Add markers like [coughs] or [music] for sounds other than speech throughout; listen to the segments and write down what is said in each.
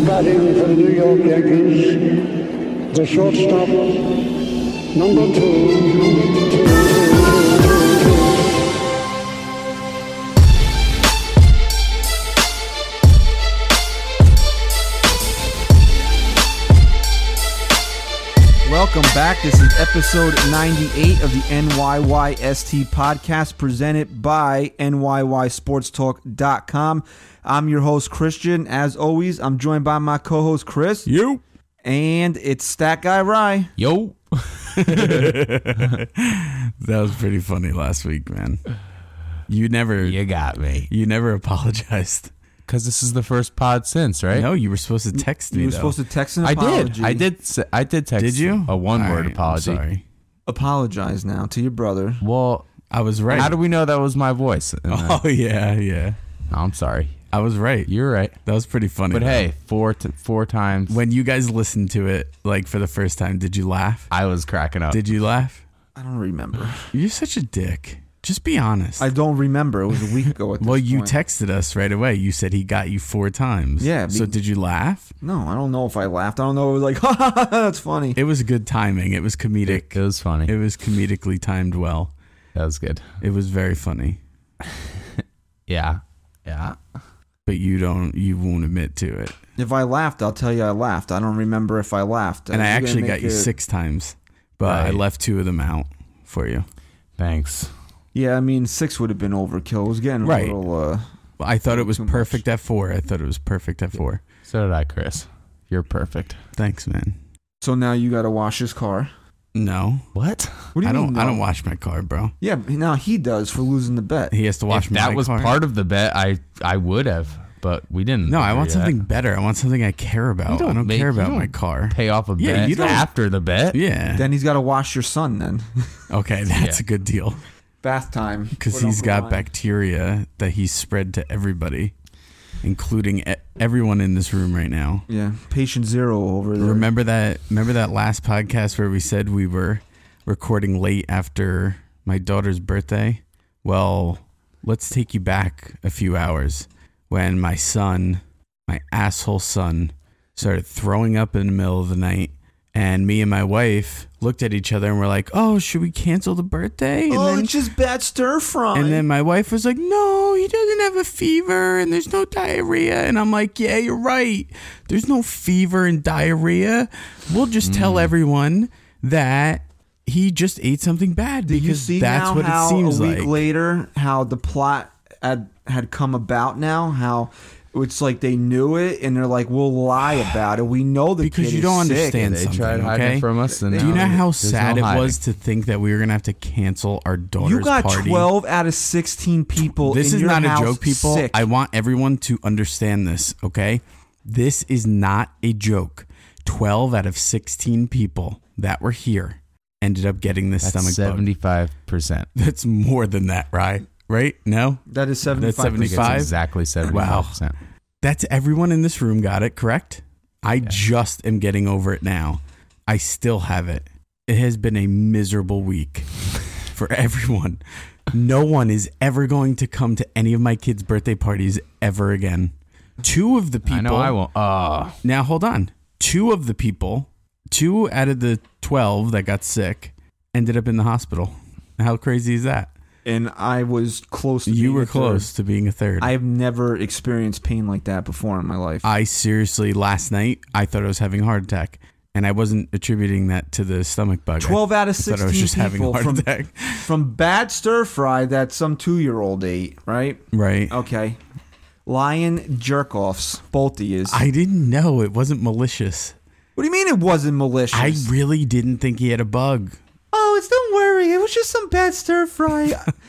batting for the New York Yankees, the shortstop, number two. Welcome back. This is episode 98 of the NYYST podcast presented by NYYSportsTalk.com. I'm your host, Christian. As always, I'm joined by my co host, Chris. You. And it's Stat Guy Rye. Yo. that was pretty funny last week, man. You never You got me. you never apologized. Because this is the first pod since, right? No, you were supposed to text me. You were though. supposed to text an I apology. did. I did. s- I did text. Did you? a All one-word right, I'm apology? sorry. Apologize now to your brother. Well, I was right. how do we know that was my [laughs] voice? And then- [laughs] oh yeah, yeah. No, I'm sorry. I was right. You're right. that was pretty funny. But though. hey, four t- four times when you guys listened to it like for the first time, did you laugh? I was cracking up. Did you laugh? I don't remember. [laughs] You're such a dick. Just be honest. I don't remember. It was a week ago. At this well, you point. texted us right away. You said he got you four times. Yeah, So be- did you laugh? No, I don't know if I laughed. I don't know. It was like, [laughs] ha ha ha, that's funny. It was good timing. It was comedic. it was funny. It was comedically timed well. that was good. It was very funny. Yeah. Yeah. But you don't you won't admit to it. If I laughed, I'll tell you I laughed. I don't remember if I laughed. And I You're gonna actually make got you it- six times. But I Right. left two of them out for you. Thanks. Yeah, I mean, six would have been overkill. It was getting a Right. little. Uh, I thought it was Too much. perfect at four. I thought it was perfect at four. So did I, Chris. You're perfect. Thanks, man. so now you got to wash his car. No. What? What do you I don't mean? I no? don't wash my car, bro. Yeah, but now he does for losing the bet. He has to wash if my that was car. part of the bet, I I would have, but we didn't. no, I agree want to that. something better. I want something I care about. I don't don't make- care you about don't my [laughs] car. Pay off a bet Yeah, you don't- after the bet. Yeah. Then he's got to wash your son. Then [laughs] okay, that's a good deal. bath time because Put on he's for got wine. bacteria that he's spread to everybody, including e- everyone in this room right now. Yeah, patient zero over there. Remember that? Remember that last podcast where we said we were recording late after my daughter's birthday? Well, let's take you back a few hours when my son, my asshole son, started throwing up in the middle of the night. And me and my wife looked at each other and were like, "Oh, should we cancel the birthday?" And oh, it's just bad stir fry. and then my wife was like, "No, he doesn't have a fever, and there's no diarrhea." And I'm like, "Yeah, you're right. There's no fever and diarrhea. We'll just Mm. tell everyone that he just ate something bad Did because you see that's now what how it seems a week like." later how the plot had had come about. Now how. It's like they knew it, and they're like, "We'll lie about it. We know the Because kid you is don't sick." understand They tried something, hiding okay? from us. And Do you know now how there's no sad it hiding. was to think that we were gonna have to cancel our daughter's You got party? twelve out of sixteen people. This in is your not a house joke, people. Sick. I want everyone to understand this, okay? This is not a joke. 12 out of 16 people that were here ended up getting this That's stomach bug. seventy-five percent. That's more than that, right? Right? No? that is That's seventy-five. percent. 75. Exactly seventy-five percent. That's everyone in this room got it, correct? I just am getting over it now. I still have it. It has been a miserable [laughs] week for everyone. No one is ever going to come to any of my kids' birthday parties ever again. Two of the people Ah, I know I won't. Uh, Now hold on. Two of the people, two out of the twelve that got sick, ended up in the hospital. How crazy is that? And I was close. To You being were a third. close to being a third. I've never experienced pain like that before in my life. I seriously last night I thought I was having a heart attack, and I wasn't attributing that to the stomach bug. I- Twelve out of I thought sixteen I was just people having a heart from attack, from bad stir fry that some two-year-old ate. Right? right? Okay. Lion jerk offs, both of yous. I didn't know it wasn't malicious. what do you mean it wasn't malicious? I really didn't think he had a bug. oh, it's don't worry. It was just some bad stir [laughs] fry.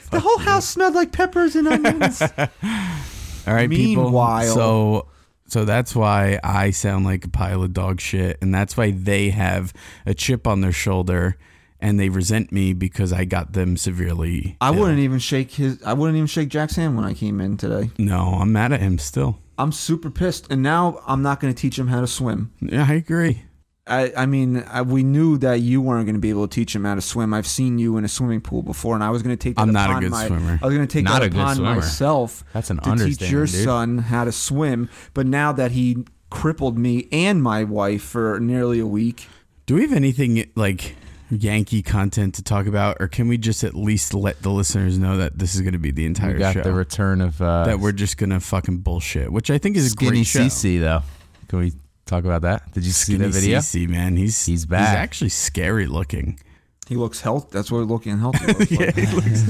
the whole house smelled like peppers and onions. All right, Meanwhile- people. So so that's why I sound like a pile of dog shit, and that's why they have a chip on their shoulder and they resent me because I got them severely. I ill. wouldn't even shake his. I wouldn't even shake Jack's hand when I came in today. No, I'm mad at him still. I'm super pissed, and now I'm not going to teach him how to swim. Yeah, I agree. I, I mean, I, we knew that you weren't going to be able to teach him how to swim. I've seen you in a swimming pool before, and I was going to take. That I'm not a upon good my- swimmer. I was going to take Not that a good upon swimmer. myself. That's an to teach your understatement, dude. son how to swim. But now that he crippled me and my wife for nearly a week. Do we have anything like Yankee content to talk about, or can we just at least let the listeners know that this is going to be the We entire got show? the return of uh, that we're just going to fucking bullshit, which I think is a skinny great show. CC though. Can we talk about that? Did you see Skinny the video? CC, man, he's He's back. He's actually scary [laughs] looking. He looks healthy. That's what looking healthy looks like.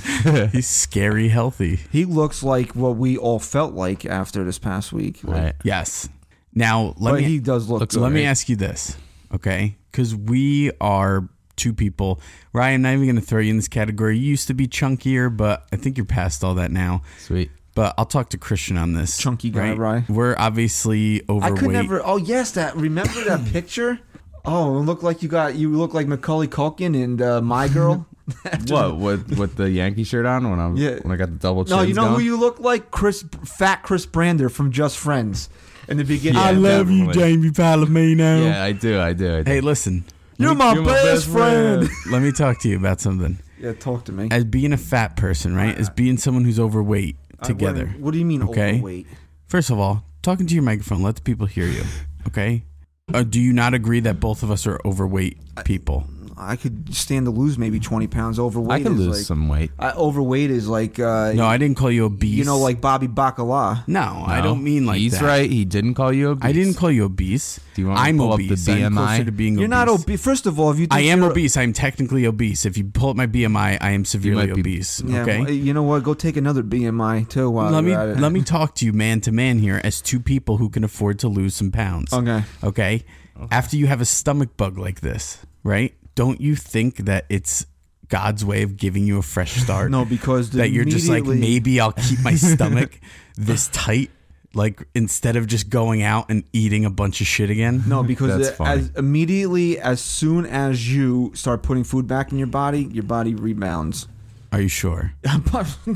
He's scary healthy. He looks like what we all felt like after this past week. Right. Yes. Now let But me he does look let good. me ask you this, okay? Because we are two people. Ryan, I'm not even going to throw you in this category. You used to be chunkier, but I think you're past all that now. Sweet. But I'll talk to Christian on this. Chunky guy, Rye. We're obviously I overweight. could never. Oh yes, that remember [laughs] that picture? Oh, it looked like you got you look like Macaulay Culkin and uh, My [laughs] Girl. What with with the Yankee shirt on when I am Yeah. when I got the double chin. no, you know who you look like? Chris, fat Chris Brander from Just Friends. In the beginning, I Yeah, love you, definitely. Jamie Palomino. Yeah, I do, I do. I do. Hey, listen. You're my best friend. [laughs] Let me talk to you about something. yeah, talk to me. As being a fat person, right? As being someone who's overweight I- together. What, what do you mean Okay. overweight? First of all, talking to your microphone, let the people [laughs] hear you. Okay. Uh, do you not agree that both of us are overweight people? I could stand to lose maybe twenty pounds. Overweight. I can is lose like- some weight. I, overweight is like uh, No, I didn't call you obese. you know, like Bobby Bacala. no, I No. don't mean like He's that. right. He didn't call you obese. I didn't call you obese. Do you want me to I'm pull up the obese. I'm BMI? closer to being You're obese. not obese. First of all, if you think I am you're- obese. I'm technically obese. If you pull up my BMI, I am severely might be- obese. Yeah, okay. well, you know what? Go take another BMI too. While let me you're at it. let me talk to you man to man here as two people who can afford to lose some pounds. Okay. Okay. After you have a stomach bug like this, right? Don't you think that it's God's way of giving you [laughs] a fresh start? No, because the that you're just like immediately- maybe I'll keep [laughs] my stomach this tight, like instead of just going out and eating a bunch of shit again. [laughs] No, because That's the- funny. as immediately as soon as you start putting food back in your body, your body rebounds. [laughs] Are you sure? I'm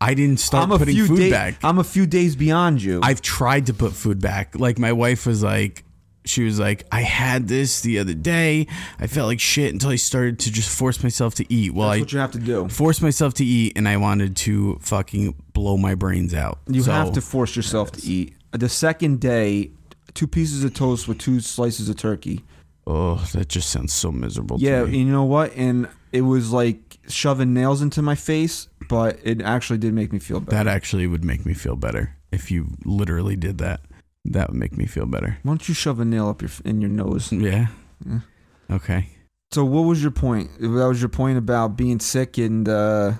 I didn't start a putting few food days. back. I'm a few days beyond you. I've tried to put food back. Like my wife was like, she was like, I had this the other day. I felt like shit until I started to just force myself to eat. Well, That's I what you have to do. forced myself to eat, and I wanted to fucking blow my brains out. You So, have to force yourself to eat. The second day, two pieces of toast with two slices of turkey. Oh, that just sounds so miserable. to Yeah, me. you know what? And it was like shoving nails into my face, but it actually did make me feel better. that actually would make me feel better if you literally did that. That would make me feel better. Why don't you shove a nail up your in your nose? Yeah. Yeah. Okay. So what was your point? That was your point about being sick and uh,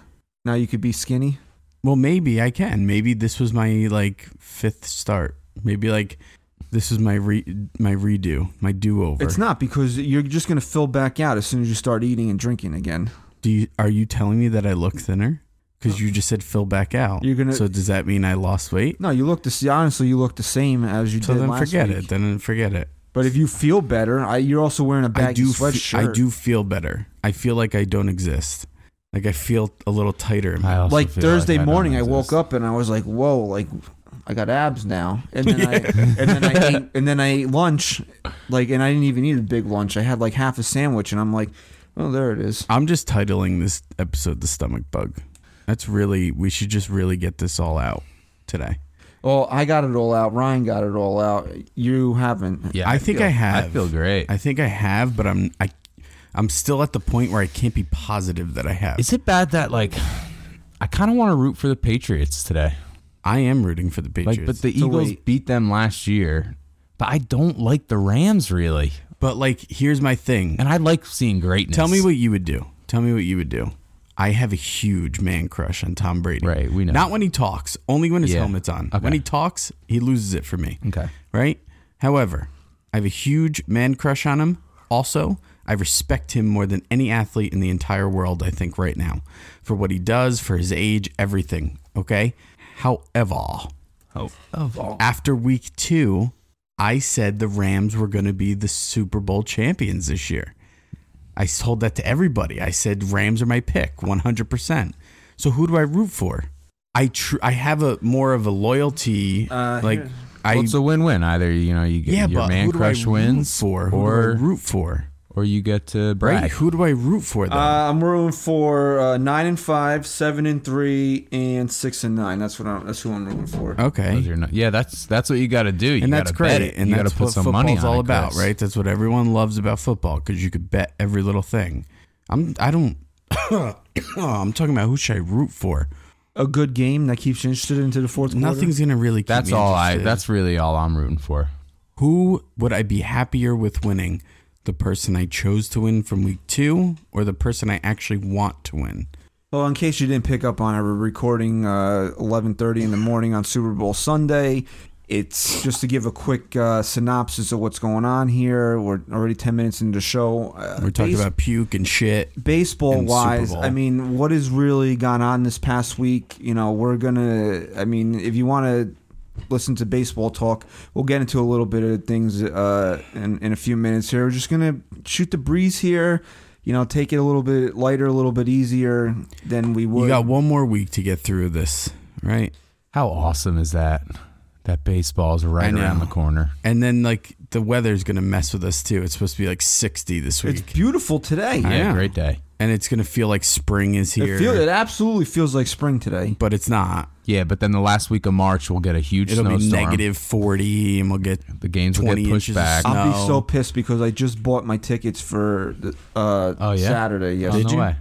now you could be skinny. Well, maybe I can. Maybe this was my like fifth start. Maybe like this is my re- my redo, my do over. It's not because you're just gonna fill back out as soon as you start eating and drinking again. Do you are you telling me that I look thinner? Because you just said fill back out. You're gonna- So does that mean I lost weight? No, you look the s- honestly you look the same as you So did then last forget week. it. Then forget it. But if you feel better, I, you're also wearing a baggy I do. fe- sweatshirt. I do feel better. I feel like I don't exist. Like I feel a little tighter. I also Like feel Thursday like I don't morning, I exist. woke up and I was like, "Whoa!" Like I got abs now. And then [laughs] I and then I ate, and then I ate lunch, like and I didn't even eat a big lunch. I had like half a sandwich, and I'm like, "Oh, there it is." I'm just titling this episode "The Stomach Bug." That's really. We should just really get this all out today. Well, I got it all out. Ryan got it all out. You haven't. Yeah, I think feel- I have. I feel great. I think I have, but I'm I, I'm still at the point where I can't be positive that I have. Is it bad that like I kind of want to root for the Patriots today? I am rooting for the Patriots, Like, but the So Eagles wait. beat them last year. But I don't like the Rams really, but like here's my thing. and I like seeing greatness. Tell me what you would do. Tell me what you would do. I have a huge man crush on Tom Brady. Right, we know. Not when he talks, only when his Yeah. helmet's on. Okay. When he talks, he loses it for me. Okay. Right? However, I have a huge man crush on him. Also, I respect him more than any athlete in the entire world, I think, right now, for what he does, for his age, everything. Okay? However, Oh, after week two, I said the Rams were going to be the Super Bowl champions this year. I told that to everybody. I said Rams are my pick, 100%. So who do I root for? I tr- I have a more of a loyalty Uh, like here- I well, it's a win-win. Either you know you get yeah, your but man who do I crush root wins, for? Who do I or root for? or you get to brag. Right? Who do I root for though? Uh, I'm rooting for uh, nine and five, seven and three, and six and nine. That's what I'm. That's who I'm rooting for. okay. Those are not- yeah, that's that's what you got to do. You and that's gotta bet great. it. And you got that's to put what some football's money on all it, about, Chris. right? That's what everyone loves about football because you could bet every little thing. I'm I don't. [coughs] oh, I'm talking about who should I root for. A good game that keeps you interested into the fourth quarter. Nothing's gonna really. Keep That's me all I. interested. That's really all I'm rooting for. who would I be happier with winning? The person I chose to win from week two, or the person I actually want to win? Well, Oh, in case you didn't pick up on it, we're recording uh, 11:30 in the morning on Super Bowl Sunday. It's just to give a quick uh, synopsis of what's going on here. We're already 10 minutes into the show. Uh, We're talking base- about puke and shit. baseball and Super wise. Bowl. I mean, what has really gone on this past week? You know, we're gonna. I mean, if you want to listen to baseball talk, we'll get into a little bit of things uh, in in a few minutes here. We're just gonna shoot the breeze here. You know, take it a little bit lighter, a little bit easier than we would. You got one more week to get through this, right? How awesome is that? That baseball's I right know. around the corner. And then like the weather's gonna mess with us too. It's supposed to be like 60 this it's week, beautiful today. I Yeah, know. great day. and it's gonna feel like spring is here. It, feel, it absolutely feels like spring today. but it's not. Yeah, but then the last week of March we'll get a huge It'll be snowstorm. negative 40, and we'll get The games will 20 get pushed inches of back. snow. I'll No. be so pissed because I just bought my tickets for the, uh, Oh, yeah? Saturday. Yes. Oh, Did no you? way.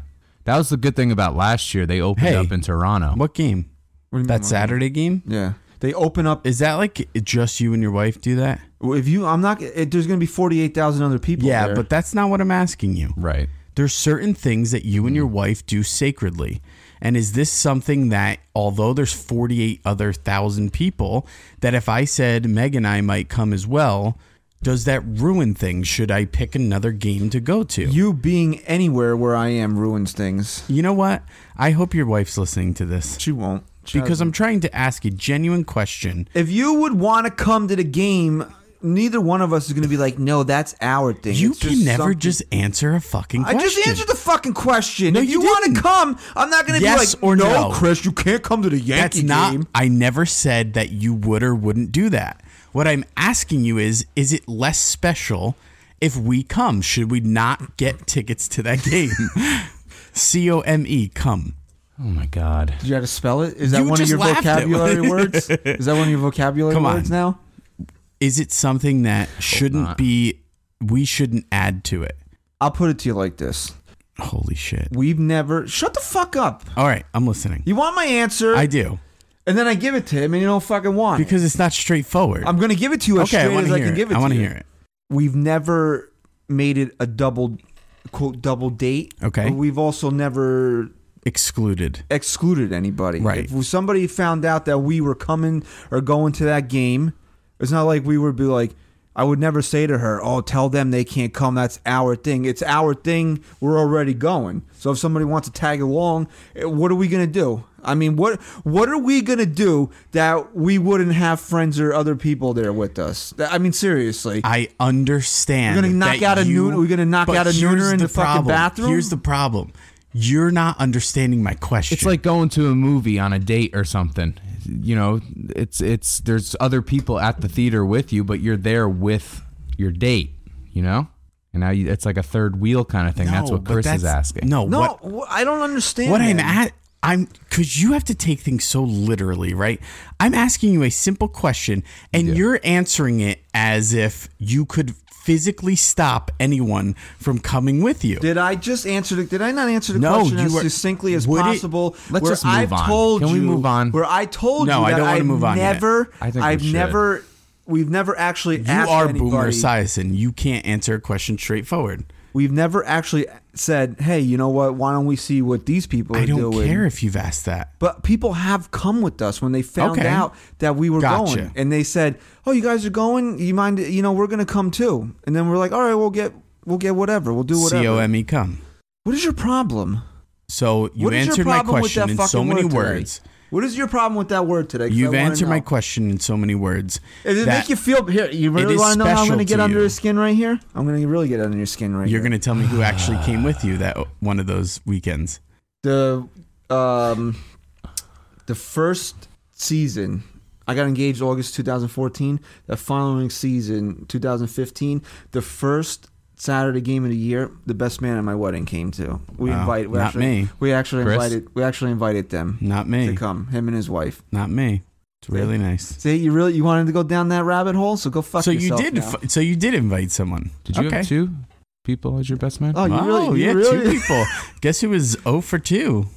That was the good thing about last year. They opened Hey. up in Toronto. what game? What do you mean, That Mike? Saturday game? Yeah. They open up Is that like just you and your wife do that? Well, If you, I'm not. It, there's going to be 48,000 other people. Yeah, there. but that's not what I'm asking you. Right. There's certain things that you and your Hmm. wife do sacredly. And is this something that although there's 48 other thousand people that if I said Meg and I might come as well, does that ruin things? Should I pick another game to go to? You, you being anywhere where I am ruins things. know what? I hope your wife's listening to this She won't. She because hasn't. I'm trying to ask a genuine question. If you would want to come to the game, neither one of us is going to be like, no, that's our thing. You It's can just never something- just answer a fucking I question. just answered the fucking question. No, if you you, want didn't. to come, I'm not going to Yes be like, or no. Chris, you can't come to the That's Yankee not. game. I never said that you would or wouldn't do that. What I'm asking you is, is it less special if we come? Should we not get tickets to that game? [laughs] C O M E, come. Oh my God. Did you had to spell it? Is that You one of just your laughed at me. vocabulary [laughs] words? Is that one of your vocabulary Come on. words now? Is it something that shouldn't not. be? We shouldn't add to it. I'll put it to you like this. Holy shit! We've never. Shut the fuck up. All right, I'm listening. You want my answer? I do And then I give it to him, and you don't fucking want it. because it's not straightforward. I'm gonna give it to you as okay, I straight want as to I hear can it. give it. I to want to you. hear it. We've never made it a double quote double date. Okay. But We've also never Excluded. excluded anybody. Right. If somebody found out that we were coming or going to that game, it's not like we would be like. I would never say to her, "Oh, tell them they can't come. That's our thing. It's our thing. We're already going." So if somebody wants to tag along, eh, what are we gonna do? I mean, what what are we gonna do that we wouldn't have friends or other people there with us? That- I mean, seriously. I understand. We're gonna knock that out a you- noon- we're gonna knock but out a here's nooner in the fucking problem. bathroom? Here's the problem. You're not understanding my question. It's like going to a movie on a date or something. You know, it's it's there's other people at the theater with you, but you're there with your date. You know, and now you, it's like a third wheel kind of thing. that's No, what but Chris is that's- asking. No, no, what, wh- I don't understand. what I'm that. at, I'm because you have to take things so literally, right? I'm asking you a simple question, and you're answering it as if you could physically stop anyone from coming with you. Did I just answer? The, did I not answer the No, question you as were- succinctly as would it- possible? let's where just move I've on. told Can we you- move on? Where I told No, you I that don't wanna I've move on yet. Never. I think we I've should. never. We've never actually you asked are anybody. Boomer Esiason. You can't answer a question straightforward. We've never actually said, "Hey, you know what? Why don't we see what these people I are don't doing?" care if you've asked that. But people have come with us when they found Okay. out that we were Gotcha. going, and they said, "Oh, you guys are going? You mind? You know, we're gonna come too." And then we're like, "All right, we'll get, we'll get whatever. We'll do whatever." C O M E come. What is your problem? So you What is answered your my problem question with in that so fucking many word today? words. What is your problem with that word today? 'Cause I You've wanna answered my know. question in so many words. Does it that make you feel here? You really is want to know how I'm special going to get to under you. your skin right here? I'm going to really get under your skin right You're here. going to tell me who actually [sighs] came with you that one of those weekends. You're the um, the first season. I got engaged August 2014. The following season, 2015, the first Saturday game of the year, the best man at my wedding came to. We Wow. invite we Not actually, me. We actually Chris? invited we actually invited them Not to me. come. Him and his wife. Not me. It's really nice. See, you really you wanted to go down that rabbit hole, so go fuck So you yourself. did. now. F- so you did invite someone. Did you okay. have two people as your best man? oh, you really? Oh, you yeah, really, two people. Guess who was 0 for 2?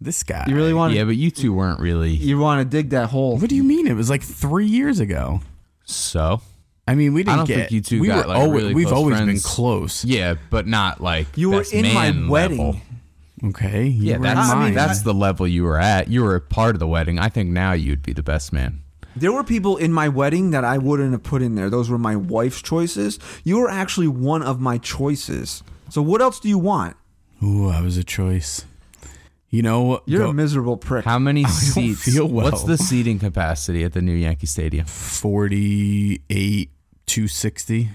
This guy. [laughs] You really want? yeah, but you two weren't really. You want to dig that hole? What do you mean? It was like three years ago. So I mean, we didn't I don't get. think you two we got, were like, always, really We've close always been friends. close. yeah, but not like You were best in my man wedding. level. Okay. You Yeah, were that's I mine. mean, that's the level you were at. You were a part of the wedding. I think now you'd be the best man. There were people in my wedding that I wouldn't have put in there. Those were my wife's choices. You were actually one of my choices. So what else do you want? Ooh, I was a choice. You know, You're go- a miserable prick. [laughs] How many don't seats? feel well. What's the seating capacity at the new Yankee Stadium? 48, 260.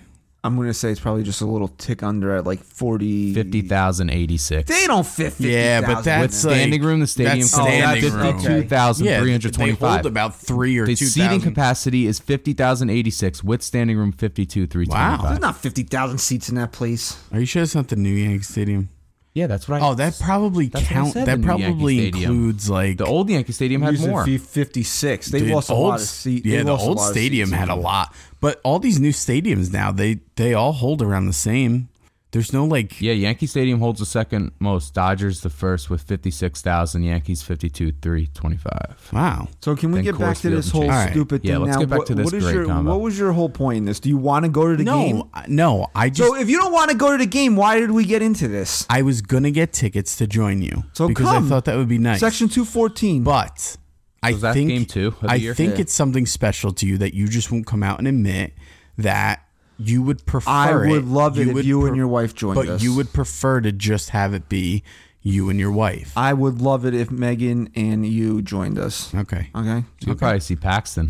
I'm gonna say it's probably just a little tick under at like forty. Fifty thousand eighty six. They don't fit. 50, Yeah, but that's like, standing room, the stadium that's can hold standing fifty-two room. thousand Yeah, 52,325. They hold about three or The two seating thousand. capacity is 50,086 with standing room 52,325. Wow. There's not fifty thousand seats in that place. Are you sure it's not the new Yankee Stadium? Yeah, that's right. Oh, that probably That's what I count. said, the That new Yankee probably Stadium. includes like the old Yankee Stadium had Using more. fee- fifty-six. They Dude, lost a old lot of s- seats. Yeah, the old stadium had a lot, but all these new stadiums now they they all hold around the same. There's no like Yeah, Yankee Stadium holds the second most. Dodgers the first with 56,000. Yankees 52,325. wow. So can we Then get back Coors to this whole Field changed. All right. stupid Yeah, thing let's now? get back what, to this what is great your combo. what was your whole point in this? Do you want to go to the game? No, I- no, I just So if you don't want to go to the game, why did we get into this? I was gonna get tickets to join you So because come. I thought that would be nice. Section two fourteen. but I Was that think game two of the I year? think Yeah. it's something special to you that you just won't come out and admit that you would prefer. I would love it if would you pre- and your wife joined but us. you would prefer to just have it be you and your wife. I would love it if Megan and you joined us. okay. Okay. You'll probably see Paxton.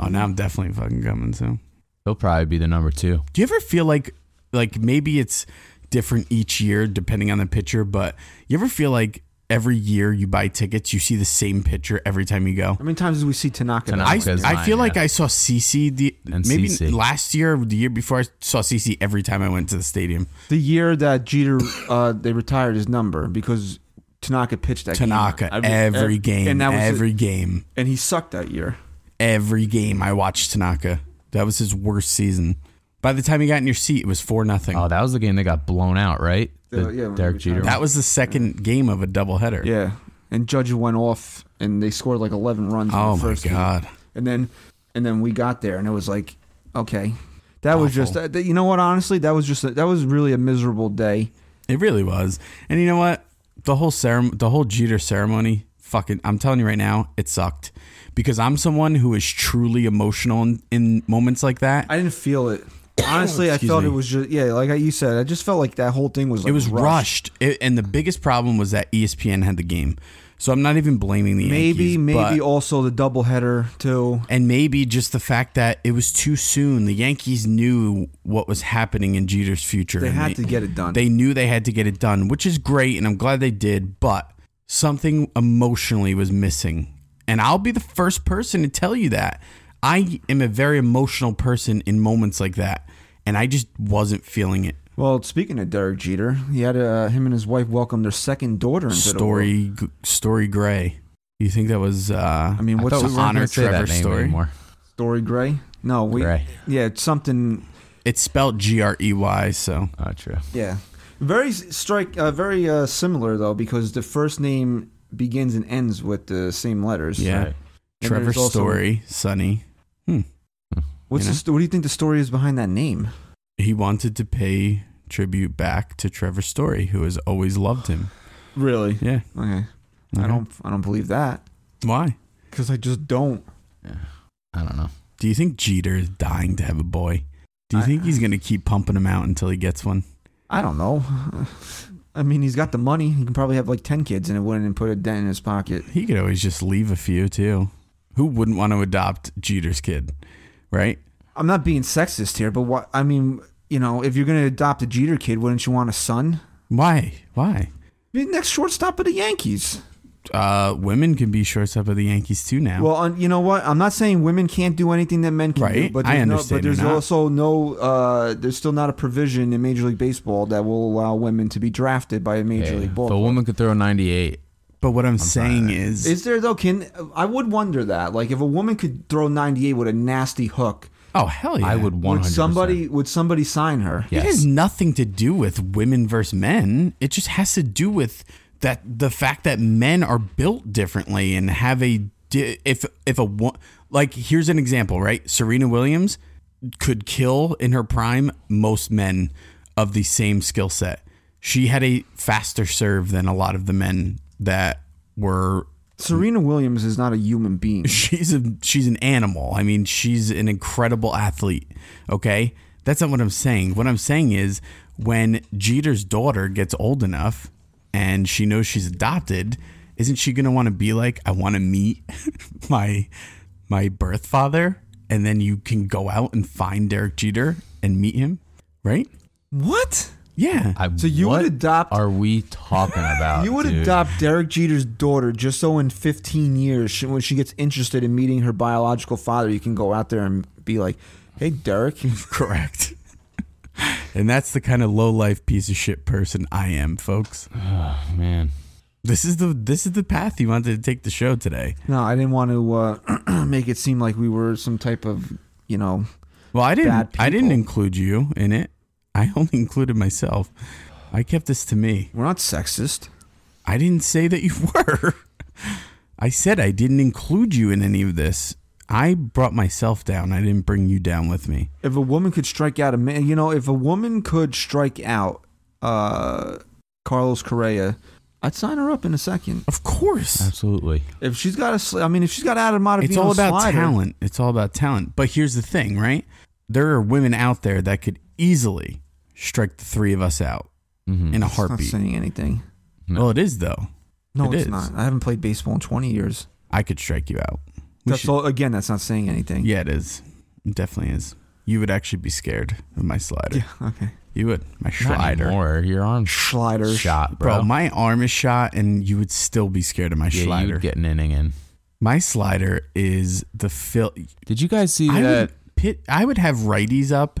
Oh, now I'm definitely fucking coming soon. He'll probably be the number two. Do you ever feel like like maybe it's different each year depending on the pitcher, but you ever feel like every year you buy tickets, you see the same pitcher every time you go? How many times did we see Tanaka? Tanaka. I, Okay, it's I fine, feel like yeah. I saw CC the And maybe CC. last year or the year before I saw CC every time I went to the stadium. The year that Jeter uh, they retired his number because Tanaka pitched that game. Tanaka I mean, every ev- game, and that was every it. game, and he sucked that year. every game I watched Tanaka. That was his worst season. By the time he got in your seat, it was four nothing. Oh, that was the game that got blown out, right? Uh, yeah, when Derek we Jeter. that was the second game of a doubleheader. Yeah, and Judge went off and they scored like eleven runs. in Oh the my first game. god. and then and then we got there and it was like okay that was just Awful. that, that- you know what honestly that was just that was really a miserable day It really was. And you know what? The whole ceremony, the whole Jeter ceremony, fucking, I'm telling you right now, it sucked. Because I'm someone who is truly emotional in, in moments like that. i didn't feel [coughs] it honestly i Excuse felt me. it was just yeah like you said i just felt like that whole thing was like it was rushed. rushed. It, and the biggest problem was that E ESPN had the game. So I'm not even blaming the maybe Yankees, maybe but- also the doubleheader too and maybe just the fact that it was too soon. The Yankees knew what was happening in Jeter's future. They and had to get it done. They knew they had to get it done, which is great, and I'm glad they did. But something emotionally was missing, and I'll be the first person to tell you that. I am a very emotional person in moments like that, and I just wasn't feeling it. well speaking of derek jeter he had uh, him and his wife welcome their second daughter into the world. Story, G- story gray. You think that was? Uh, i mean I what's thought the we weren't honor gonna say that Trevor name story? anymore. story gray no we Gray. yeah it's something it's spelled G R E Y. So Oh, true. Yeah, very s- strike, uh, very uh, similar though, because the first name begins and ends with the same letters. Yeah. Right. And Trevor there's also- Story, Sonny. What's You the know? st- what do you think the story is behind that name? he wanted to pay tribute back to Trevor Story, who has always [sighs] loved him. Really? Yeah. Okay. I don't. I don't believe that Why? because I just don't. I don't know. Do you think Jeter is dying to have a boy? Do you I- think he's going to keep pumping him out until he gets one? I don't know. [laughs] I mean, he's got the money. He can probably have like ten kids, and it wouldn't put a dent in his pocket. He could always just leave a few, too. Who wouldn't want to adopt Jeter's kid, right? I'm not being sexist here, but what I mean, you know, if you're gonna adopt a Jeter kid, wouldn't you want a son? Why? Why? Be the next shortstop of the Yankees. uh, women can be shortstop of the Yankees too now. Well, on, you know what? I'm not saying women can't do anything that men can do, Right. but I there's, no, understand but there's you're not. also no. Uh, there's still not a provision in Major League Baseball that will allow women to be drafted by a major Hey, league if ball. a woman could throw 98, but what I'm, saying is, Is there though? Can I would wonder that. Like, if a woman could throw 98 with a nasty hook, oh hell yeah, I would 100%. would somebody would somebody sign her? It has nothing to do with women versus men. It just has to do with that the fact that men are built differently and have a di- if if a wo- like here's an example, right? Serena Williams could kill in her prime most men of the same skill set. She had a faster serve than a lot of the men that were Serena Williams is not a human being. she's a she's an animal. I mean, she's an incredible athlete. Okay, that's not what I'm saying. What I'm saying is when Jeter's daughter gets old enough and she knows she's adopted, isn't she gonna want to be like, I want to meet [laughs] my my birth father, and then you can go out and find Derek Jeter and meet him, right? What? Yeah. I, So you what would adopt- Are we [laughs] talking Uh, about? You would dude? adopt Derek Jeter's daughter just so in 15 years, she, when she gets interested in meeting her biological father, you can go out there and be like, hey, Derek, [laughs] Correct. and that's the kind of low life piece of shit person I am, folks. man. This is the this is the path you wanted to take the show today. no, I didn't want to uh, [clears throat] make it seem like we were some type of, you know, Well, I Bad didn't I didn't people. include you in it. I [laughs] only included myself. I kept this to me. we're not sexist. I didn't say that you [laughs] were. I said I didn't include you in any of this. I brought myself down. I didn't bring you down with me. If a woman could strike out a man, you know, if a woman could strike out uh, Carlos Correa, I'd sign her up in a second. Of course. Absolutely. If she's got a, sl- I mean, if she's got Adam Ottavino It's all about slider, talent. It's all about talent. But here's the thing, right? There are women out there that could easily strike the three of us out Mm-hmm. in a It's not heartbeat. saying anything. Well, it is though. No, It it's is. not. I haven't played baseball in 20 years. I could strike you out. We That's should- all, again, that's not saying anything. [laughs] Yeah, it is. It definitely is. You would actually be scared of my slider. Okay. You would. My Not slider. anymore. Your arm Schlider. shot, bro. Bro, my arm is shot and you would still be scared of my yeah, slider. you'd get an inning in. my slider is the fill. Did you guys see I that? would pit I would have righties up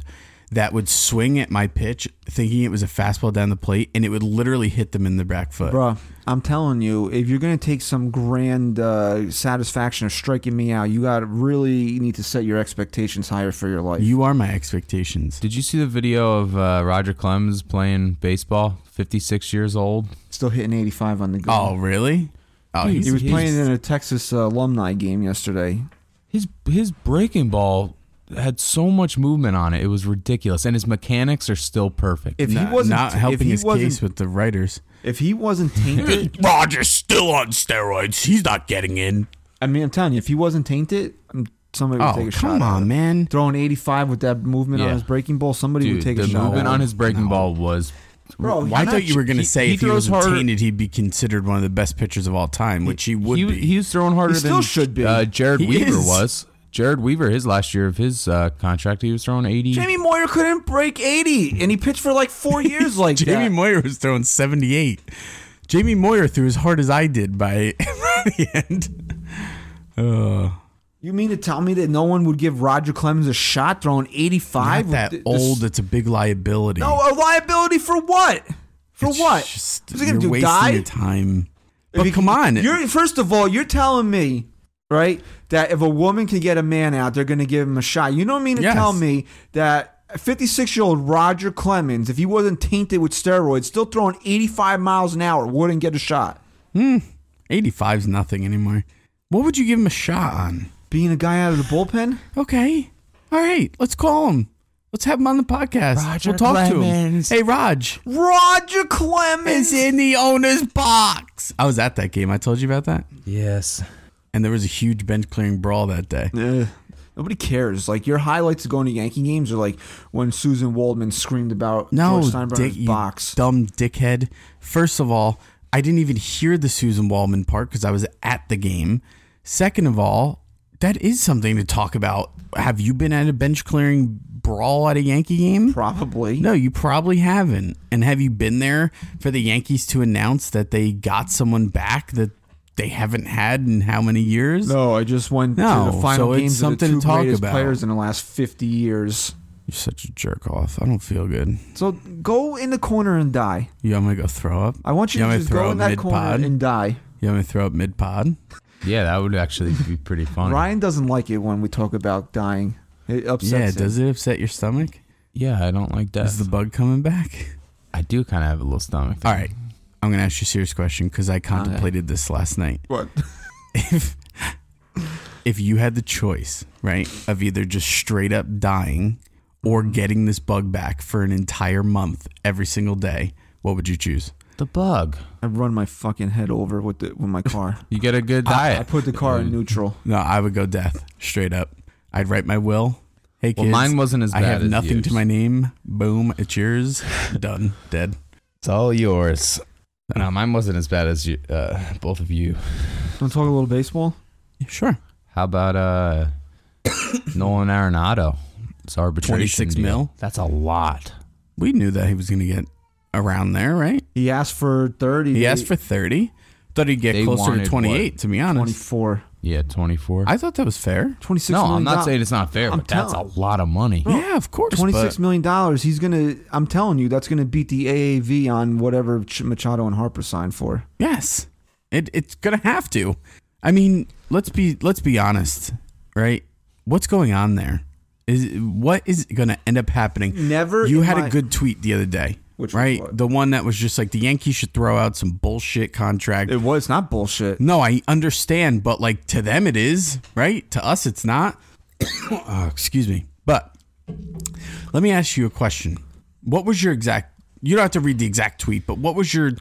that would swing at my pitch thinking it was a fastball down the plate and it would literally hit them in the back foot. Bruh, I'm telling you, if you're going to take some grand uh, satisfaction of striking me out, you got to really need to set your expectations higher for your life. You are my expectations. Did you see the video of uh, Roger Clemens playing baseball? 56 years old. Still hitting 85 on the go. Oh, really? Oh, Dude, he's, he was he's- playing in a Texas uh, alumni game yesterday. His his breaking ball had so much movement on it. It was ridiculous, and his mechanics are still perfect. If not, he wasn't not helping if he his wasn't, case with the writers. if he [laughs] wasn't tainted, Roger's still on steroids. He's not getting in. I mean, I'm telling you, if he wasn't tainted, um, somebody would Oh, take a shot. at come on, him. man. Throwing 85 with that movement on Yeah. his breaking ball, somebody Dude, would take the a shot. movement at on him. his breaking ball was. Bro, I Oh, not- thought you were going to he- say he if he throws was harder- tainted, he'd be considered one of the best pitchers of all time, which he would he, be. he was throwing harder He still than should be. Uh, Jared He Weaver is. was. Jared Weaver, his last year of his uh, contract, he was throwing 80. Jamie Moyer couldn't break 80, and he pitched for like [laughs] four years like Jamie that. Moyer was throwing 78. Jamie Moyer threw as hard as I did by, [laughs] by the end. Uh, you mean to tell me that no one would give Roger Clemens a shot throwing 85? not that Th- this- old. It's a big liability. No, a liability for what? For It's what? Just, What's he you're gonna do? wasting Die? your time. If But he- come on. You're first of all, you're telling me, right, that if a woman can get a man out, they're going to give him a shot. You don't mean to Yes. tell me that 56 year old Roger Clemens, if he wasn't tainted with steroids, still throwing 85 miles an hour, wouldn't get a shot. 85's nothing anymore. What would you give him a shot on? Being a guy out of the bullpen, Okay. All right. Let's call him. Let's have him on the podcast. Roger we'll talk Clemens. to him. Hey, Raj. Roger Clemens. is in the owner's box. I was at that game. I told you about that. Yes. And there was a huge bench clearing brawl that day. Ugh. Nobody cares. Like your highlights of going to Yankee games are like when Susan Waldman screamed about No, George Steinbrenner's dick, you box. dumb dickhead. First of all, I didn't even hear the Susan Wallman part because I was at the game. Second of all, that is something to talk about. Have you been at a bench clearing brawl at a Yankee game? Probably. No, you probably haven't. And have you been there for the Yankees to announce that they got someone back that they haven't had in how many years? No, I just went No, to the final so it's games of something the two to talk greatest about. players in the last 50 years. You're such a jerk off. I don't feel good. So go in the corner and die. You want me to go throw up? I want you, want to me just go in that corner mid-pod? and die. You want me to throw up mid pod? Yeah, that would actually be pretty funny. Ryan doesn't like it when we talk about dying. It upsets Yeah, him. does it upset your stomach? Yeah, I don't like Is death. the bug coming back? I do kind of have a little stomach. All right. I'm going to ask you a serious question because I contemplated this last night. What? If, if you had the choice, right, of either just straight up dying or Mm-hmm. getting this bug back for an entire month every single day, what would you choose? The bug. [laughs] I run my fucking head over with the with my [laughs] car. You get a good I diet. put the car Mm. in neutral. No, I would go death straight up. I'd write my will. Hey, kids. Well, mine wasn't as I bad have as nothing to yours. my name. Boom, it's [laughs] yours. Done. Dead. It's all yours. No, mine wasn't as bad as you, uh, both of you. Want to talk a little baseball? Sure. How about uh, Nolan Arenado? It's arbitration. 26 deal. mil? That's a lot. We knew that he was going to get around there, right? He asked for 30. He asked for 30. Thought he'd get They closer to wanted 28, to be honest. 24. Yeah, 24. I thought that was fair. 26 no, million I'm not dollars. saying it's not fair, I'm but that's a telling- lot of money. yeah, of course. Twenty-six but million dollars. He's gonna. I'm telling you, that's gonna beat the AAV on whatever Ch- Machado and Harper signed for. Yes. It, it's going to have to. I mean, let's be let's be honest, right? What's going on there? Is what is going to end up happening? Never You in had my- a good tweet the other day, Which one right? was it? The one that was just like the Yankees should throw out some bullshit contract. It was not bullshit. No, I understand, but like to them it is, right? To us it's not. [coughs] Uh, excuse me. But let me ask you a question. What was your exact you don't have to read the exact tweet, but what was your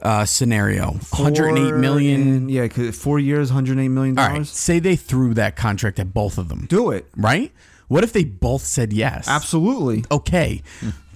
uh, scenario? 108 Four million. in- yeah, 'cause four years, 108 million All dollars. right. Say they threw that contract at both of them. Do it. Right? What if they both said yes? Absolutely. Okay.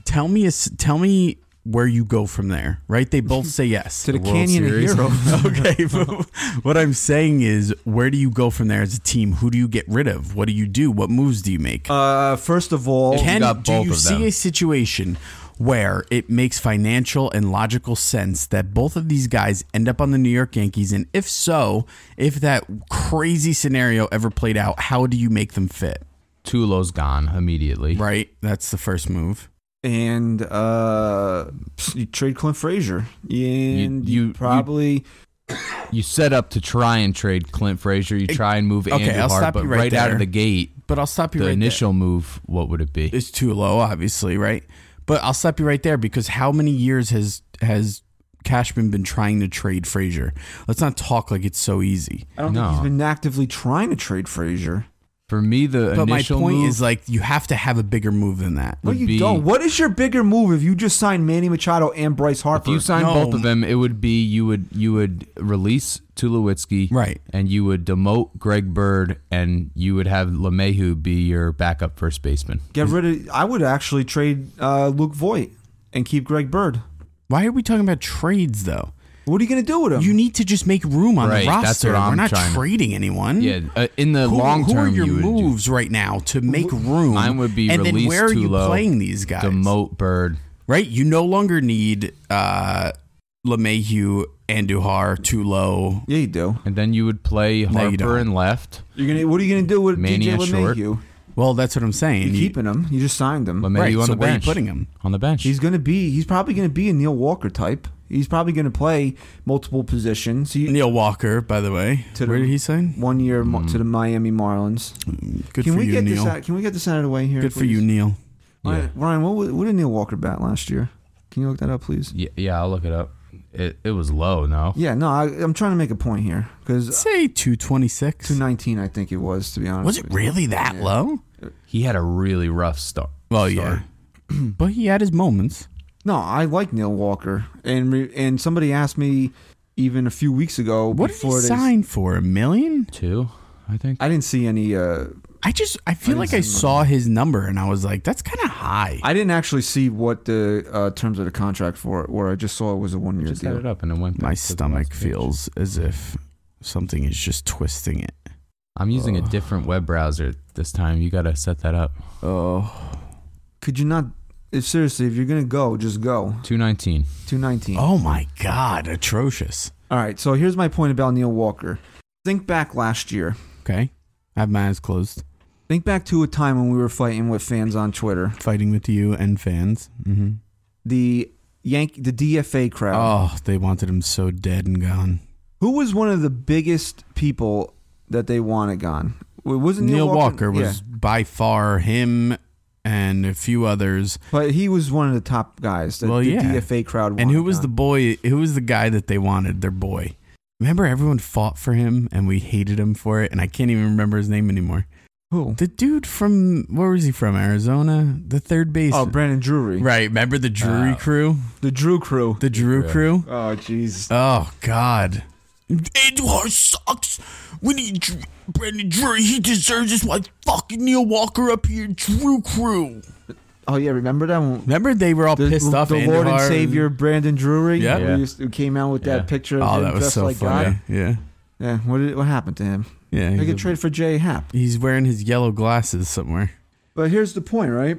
Tell me a s tell me where you go from there, right? They both say yes. To the, World Canyon of Series. Heroes. [laughs] okay, but what I'm saying is, where do you go from there as a team? Who do you get rid of? What do you do? What moves do you make? Uh, first of all, Can got do both you of see them. a situation where it makes financial and logical sense that both of these guys end up on the New York Yankees? And if so, if that crazy scenario ever played out, how do you make them fit? Tulo's gone immediately. Right, that's the first move. and uh, you trade Clint Frazier, and you, you- you- probably You set up to try and trade Clint Frazier. You try and move Andrew I'll Hart, stop but you right out there. of the gate, But I'll stop you the right there. initial move, what would it be? It's too low, obviously, right? But I'll stop you right there because how many years has has Cashman been trying to trade Frazier? Let's not talk like it's so easy. I don't No. think he's been actively trying to trade Frazier. For me, the But my initial point move is like you have to have a bigger move than that. No, Would you be- don't. What is your bigger move if you just signed Manny Machado and Bryce If Harper? you signed No. both of them, it would be you would you would release Tulowitzki, Right. and you would demote Greg Bird, and you would have Lemayhu be your backup first baseman. Get rid of. I would actually trade uh, Luke Voigt and keep Greg Bird. Why are we talking about trades though? What are you going to do with him? You need to just make room on Right, the roster. that's what I'm We're not trying to- trading anyone. Yeah, uh, in the Who, long who term, are your you would do- moves right now to make room? Mine would be and release then where are you Tulo, playing these guys? demote Bird. right? You no longer need uh, LeMahieu, Andujar, Tulo, yeah, you do. And then you would play you Harper don't. and left. You're gonna. What are you going to do with Manny DJ and Short. LeMahieu? You're Well, that's what I'm saying. You- keeping him. You just signed him. Lemayhu right, on so the where bench. are you putting him? on the bench. He's going to be. He's probably going to be a Neil Walker type. He's probably going to play multiple positions. He, Neil Walker, by the way. To the- Where did he sign? one year mo- to the Miami Marlins. Mm. Good Can for we you, get Neil. this out? Can we get this out of the way here? Good for please? you, Neil. Yeah. Ryan, what, wa- what did Neil Walker bat last year? Can you look that up, please? yeah, yeah, I'll look it up. It it was low, no. Yeah, no, I, I'm trying to make a point here because Say 226. 219, I think it was, to be honest. Was it with you. really that low? He had a really rough start. Well, start. yeah. [clears throat] but he had his moments. No, I like Neil Walker, and re, and somebody asked me even a few weeks ago. What did he before they- sign for? A million? two, I think. I didn't see any. Uh, I just, I feel like I saw his number and I was like, that's kind of high. I didn't actually see what the uh, terms of the contract for it were. I just saw it was a one year just had deal. it up and it went. My back to the stomach last page. feels as if something is just twisting it. I'm using a different web browser this time. You gotta set that up. Oh. Could you not? If seriously, if you're gonna go, just go. Two nineteen. 219. Oh my God. Atrocious. All right, so here's my point about Neil Walker. Think back last year. Okay. I have my eyes closed. Think back to a time when we were fighting with fans on Twitter. Fighting with you and fans. hmm The Yankee, the DFA crowd. Oh, they wanted him so dead and gone. Who was one of the biggest people that they wanted gone? It wasn't Neil, Neil, Walker, Yeah. was by far him and a few others. but he was one of the top guys. That Well, the yeah. DFA crowd. Wanted And who was the gone. boy? Who was the guy that they wanted? Their boy. Remember, everyone fought for him, and we hated him for it. And I can't even remember his name anymore. who? The dude from where was he from? Arizona. The third base. Oh, Brandon Drury. right. Remember the Drury Oh. crew? The Drew crew. The Uh, Drew crew. Oh, jeez. Oh God. Edward sucks. We need Dr- Brandon Drury. He deserves this. Why fucking Neil Walker up here? Drew crew. Oh yeah, remember that one? Remember they were all The, pissed off. the Lord and Andujar Savior Brandon Drury. Yeah. who Yeah. used- Who came out with Yeah. that picture? Of Oh, him that was dressed so like God. funny. Yeah. Yeah, what did, what happened to him? Yeah. They He's, could a- trade for Jay Happ. he's wearing his yellow glasses somewhere. But here's the point, right?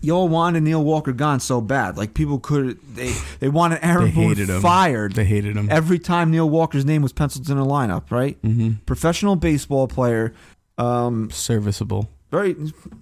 Y'all wanted Neil Walker gone so bad, like people could they they wanted They Aaron Boone hated him. fired They hated him. every time Neil Walker's name was penciled in a lineup, right? hmm Professional baseball player, um, Serviceable. very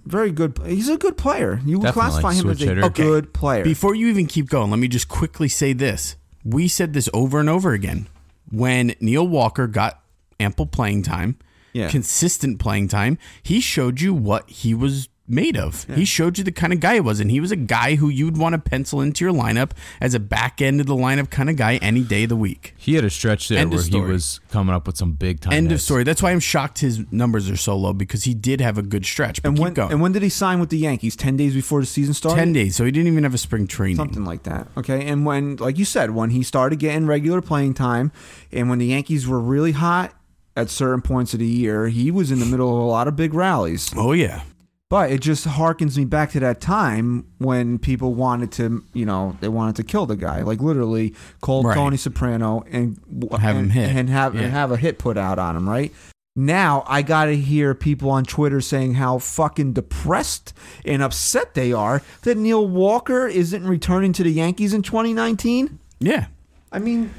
very good. He's a good player. You would Definitely, classify him as switch a hitter. Okay. good player. Before you even keep going, let me just quickly say this. We said this over and over again. When Neil Walker got ample playing time, Yeah. consistent playing time, he showed you what he was made of. He showed you the kind of guy he was. And he was a guy who you'd want to pencil into your lineup as a back end of the lineup kind of guy any day of the week. He had a stretch there End of where he story. was coming up with some big time. End of hits. story. That's why I'm shocked his numbers are so low because he did have a good stretch. But and keep when going. and when did he sign with the Yankees? Ten days before the season started. Ten days, so he didn't even have a spring training. something like that. Okay, and when, like you said, when he started getting regular playing time, and when the Yankees were really hot at certain points of the year, he was in the middle of a lot of big rallies. Oh yeah, But it just harkens me back to that time when people wanted to, you know, they wanted to kill the guy, like literally call Right. Tony Soprano and Have and, him hit. and have Yeah. and have a hit put out on him, right? Now I gotta hear people on Twitter saying how fucking depressed and upset they are that Neil Walker isn't returning to the Yankees in 2019. yeah, I mean,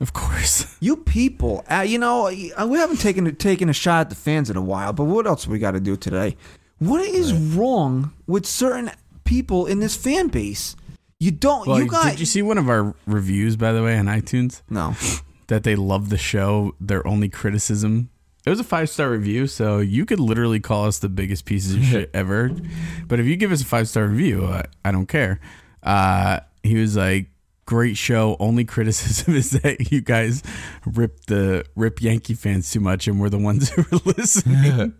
of course. you people, uh, you know, we haven't taken taken a shot at the fans in a while, but what else we got to do today? What is wrong with certain people in this fan base? You don't, Well, you got did you see one of our reviews by the way on iTunes no. that they love the show? Their only criticism. It was a five star review, so you could literally call us the biggest pieces [laughs] of shit ever. But if you give us a five star review, I, I don't care. Uh, he was like, "Great show. Only [laughs] criticism is that you guys rip the rip Yankee fans too much, and we're the ones [laughs] who are [laughs] listening."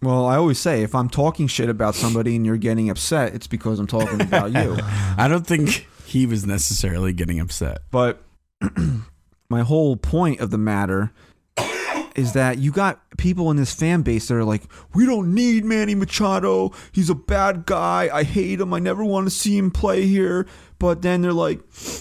Well, I always say if I'm talking shit about somebody and you're getting upset, it's because I'm talking about you. [laughs] I don't think he was necessarily getting upset. But [clears throat] my whole point of the matter is that you got people in this fan base that are like, we don't need Manny Machado. He's a bad guy. I hate him. I never want to see him play here. But then they're like,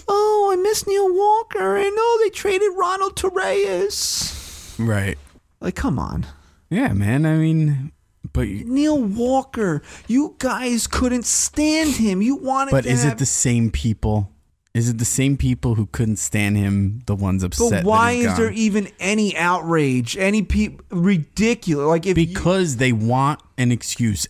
oh, I miss Neil Walker. I know they traded Ronald Torres. Right. Like, come on. Yeah, man. I mean, but Neil Walker, you guys couldn't stand him. You wanted but to is have it the same people? Is it the same people who couldn't stand him? The ones upset. But that why he's is there gone? even any outrage? Any people ridiculous? Like if you- because they want an excuse.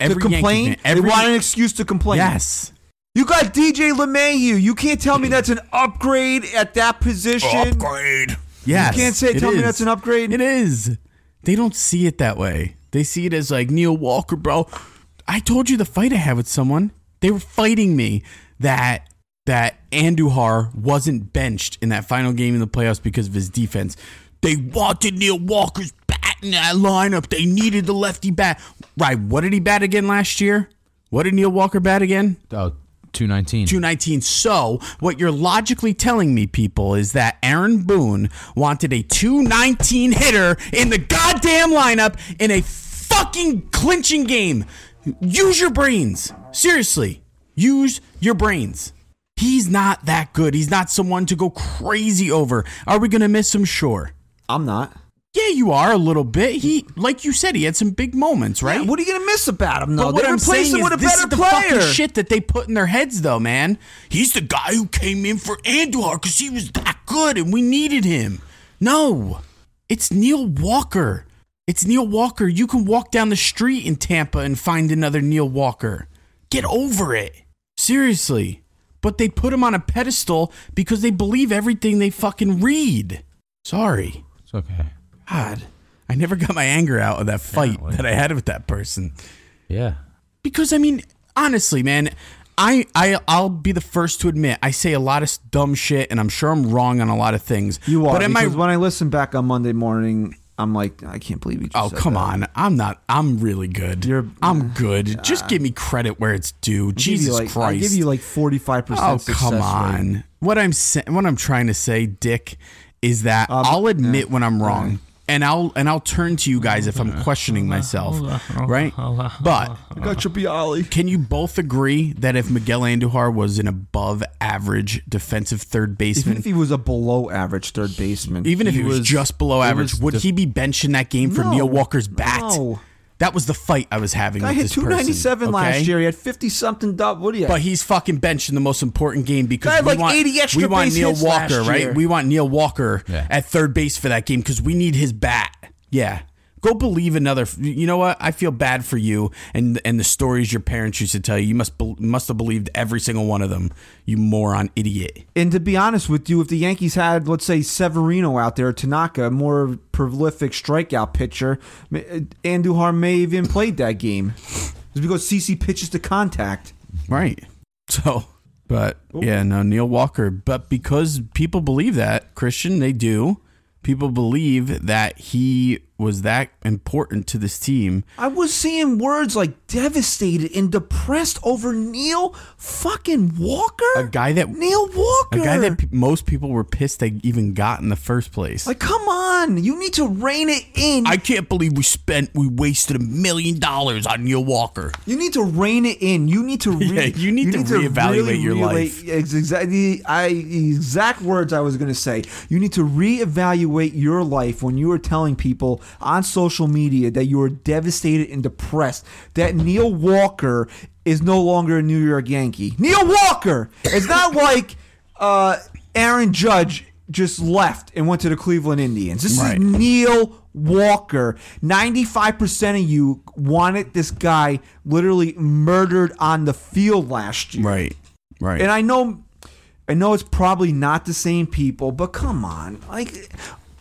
Every to complain, Yankee fan, every they want an excuse to complain. yes. you got DJ LeMahieu. You can't tell me that's an upgrade at that position. Upgrade. Yes. You can't say- it tell me is. that's an upgrade. It is. They don't see it that way. They see it as like Neil Walker, bro. I told you the fight I had with someone. They were fighting me that that Andujar wasn't benched in that final game in the playoffs because of his defense. They wanted Neil Walker's bat in that lineup. They needed the lefty bat. Right. What did he bat again last year? What did Neil Walker bat again? Oh, 219. 219. So, what you're logically telling me, people, is that Aaron Boone wanted a 219 hitter in the goddamn lineup in a fucking clinching game. Use your brains. Seriously, use your brains. He's not that good. He's not someone to go crazy over. Are we going to miss him? Sure. I'm not. Yeah, you are a little bit. He, like you said, he had some big moments, right? Yeah, what are you gonna miss about him though? But what they I'm replace saying him is, with a this is better the player. fucking shit that they put in their heads, though, man. He's the guy who came in for Andujar because he was that good and we needed him. No, it's Neil Walker. It's Neil Walker. You can walk down the street in Tampa and find another Neil Walker. Get over it. Seriously. But they put him on a pedestal because they believe everything they fucking read. Sorry. It's okay. God, I never got my anger out of that fight Apparently. that I had with that person Yeah. because I mean, honestly, man, I I I'll be the first to admit I say a lot of dumb shit, and I'm sure I'm wrong on a lot of things. You are but am I? because when I listen back on Monday morning, I'm like, I can't believe you. Just Oh said come that. on! I'm not. I'm really good. You're- I'm good. Just give me credit where it's due. I give you, Jesus like, Christ! I give you like 45 percent. oh come on! What I'm sa- what I'm trying to say, Dick, is that Um, I'll admit when I'm wrong, and I'll and I'll turn to you guys if I'm questioning myself, right? But I got your Bialy. Can you both agree that if Miguel Andujar was an above average defensive third Even baseman, if he was a below average third baseman, even if he he was, was- just below it average, was would def- he be benching that game for No, Neil Walker's bat? no. That was the fight I was having I with hit this 297 person, last okay? year. He had 50 something. dub- What do you? But he's fucking benching the most important game because Guy had we like want 80 extra we want base Neil hits Walker, last right? year. We want Neil Walker Yeah. at third base for that game because we need his bat. Yeah. Go believe another. You know what? I feel bad for you and and the stories your parents used to tell you. You must be, must have believed every single one of them. You moron, idiot. And to be honest with you, if the Yankees had, let's say, Severino out there, Tanaka, a more prolific strikeout pitcher, ma- uh, Andujar may have even played that game. It's because CC pitches to contact. Right. So, but yeah, no, Neil Walker. But because people believe that, Christian, they do. People believe that he was that important to this team. I was seeing words like devastated and depressed over Neil fucking Walker. A guy that Neil Walker. a guy that pe- most people were pissed they even got in the first place. like, come on, you need to rein it in. I can't believe we spent we wasted a million dollars on Neil Walker. You need to rein it in. You need to. Re- [laughs] Yeah, you need to reevaluate your life. Ex- Exactly. I the exact words I was going to say. You need to reevaluate your life when you are telling people on social media that you are devastated and depressed. That Neil Walker is no longer a New York Yankee. Neil Walker. It's [laughs] not like uh, Aaron Judge just left and went to the Cleveland Indians. This Right. is Neil Walker. 95% of you wanted this guy literally murdered on the field last year. Right. Right. And I know I know it's probably not the same people, but come on. Like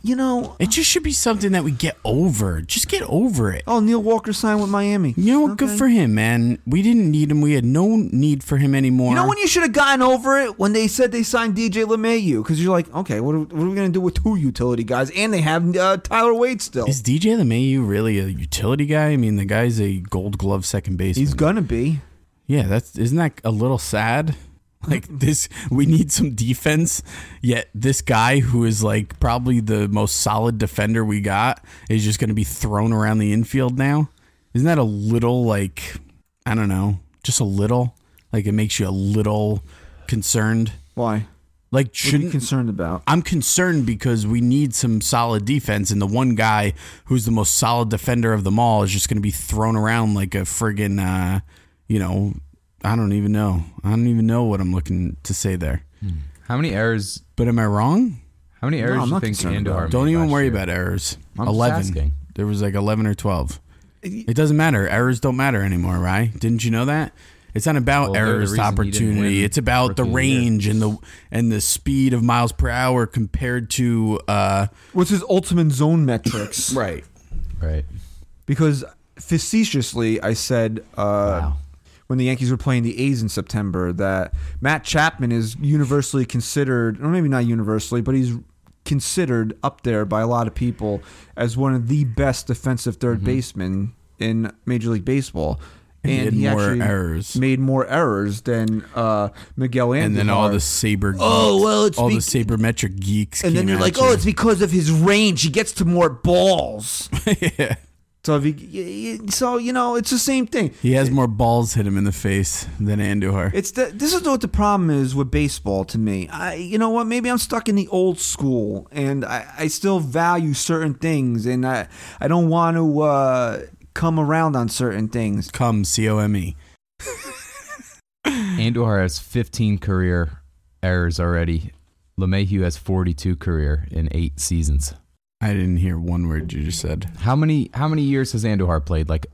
you know, it just should be something that we get over. Just get over it. oh Neil Walker signed with Miami. You know what? Good for him, man. We didn't need him. We had no need for him anymore. You know when you should have gotten over it when they said they signed DJ LeMayu because you're like, okay, what are, what are we gonna do with two utility guys and they have uh, Tyler Wade still? Is DJ LeMayu really a utility guy? I mean, the guy's a Gold Glove second baseman. He's gonna be. yeah, that's isn't that a little sad? [laughs] Like this, we need some defense. Yet this guy, who is like probably the most solid defender we got, is just going to be thrown around the infield now. Isn't that a little like I don't know, just a little like it makes you a little concerned. Why? What are Like you shouldn't concerned about? I'm concerned because we need some solid defense, and the one guy who's the most solid defender of them all is just going to be thrown around like a friggin', uh, you know, I don't even know. I don't even know what I'm looking to say there. How many errors? But am I wrong? How many errors I'm do you not think concerned about Andujar? it. Don't made even last worry year? about errors. I'm just eleven. asking. There was like eleven or twelve. It doesn't matter. Errors don't matter anymore, right? Didn't you know that? It's not about Well, they're the errors to reason he didn't opportunity. win It's about the Rookie of the Year. range and the and the speed of miles per hour compared to uh, What's his ultimate zone [clears throat] metrics? right. Right. because facetiously I said uh, when the Yankees were playing the A's in September that Matt Chapman is universally considered, or maybe not universally, but he's considered up there by a lot of people as one of the best defensive 3rd basemen in Major League Baseball. And, Mm-hmm. he he, had more actually errors. made more errors than uh, Miguel Andujar. and then all the saber geeks, Oh, well, it's all the bec- sabermetric geeks and then came you're at like, you. oh, it's because of his range. He gets to more balls. [laughs] yeah. So if you, y- y- so you know, it's the same thing. He has more balls hit him in the face than Andujar. It's the, this is what the problem is with baseball to me. I you know what? Maybe I'm stuck in the old school, and I, I still value certain things, and I I don't want to uh, come around on certain things. Come, C O M E. Andujar has 15 career errors already. LeMahieu has 42 career in eight seasons. I didn't hear one word you just said. How many how many years has Andujar played? Like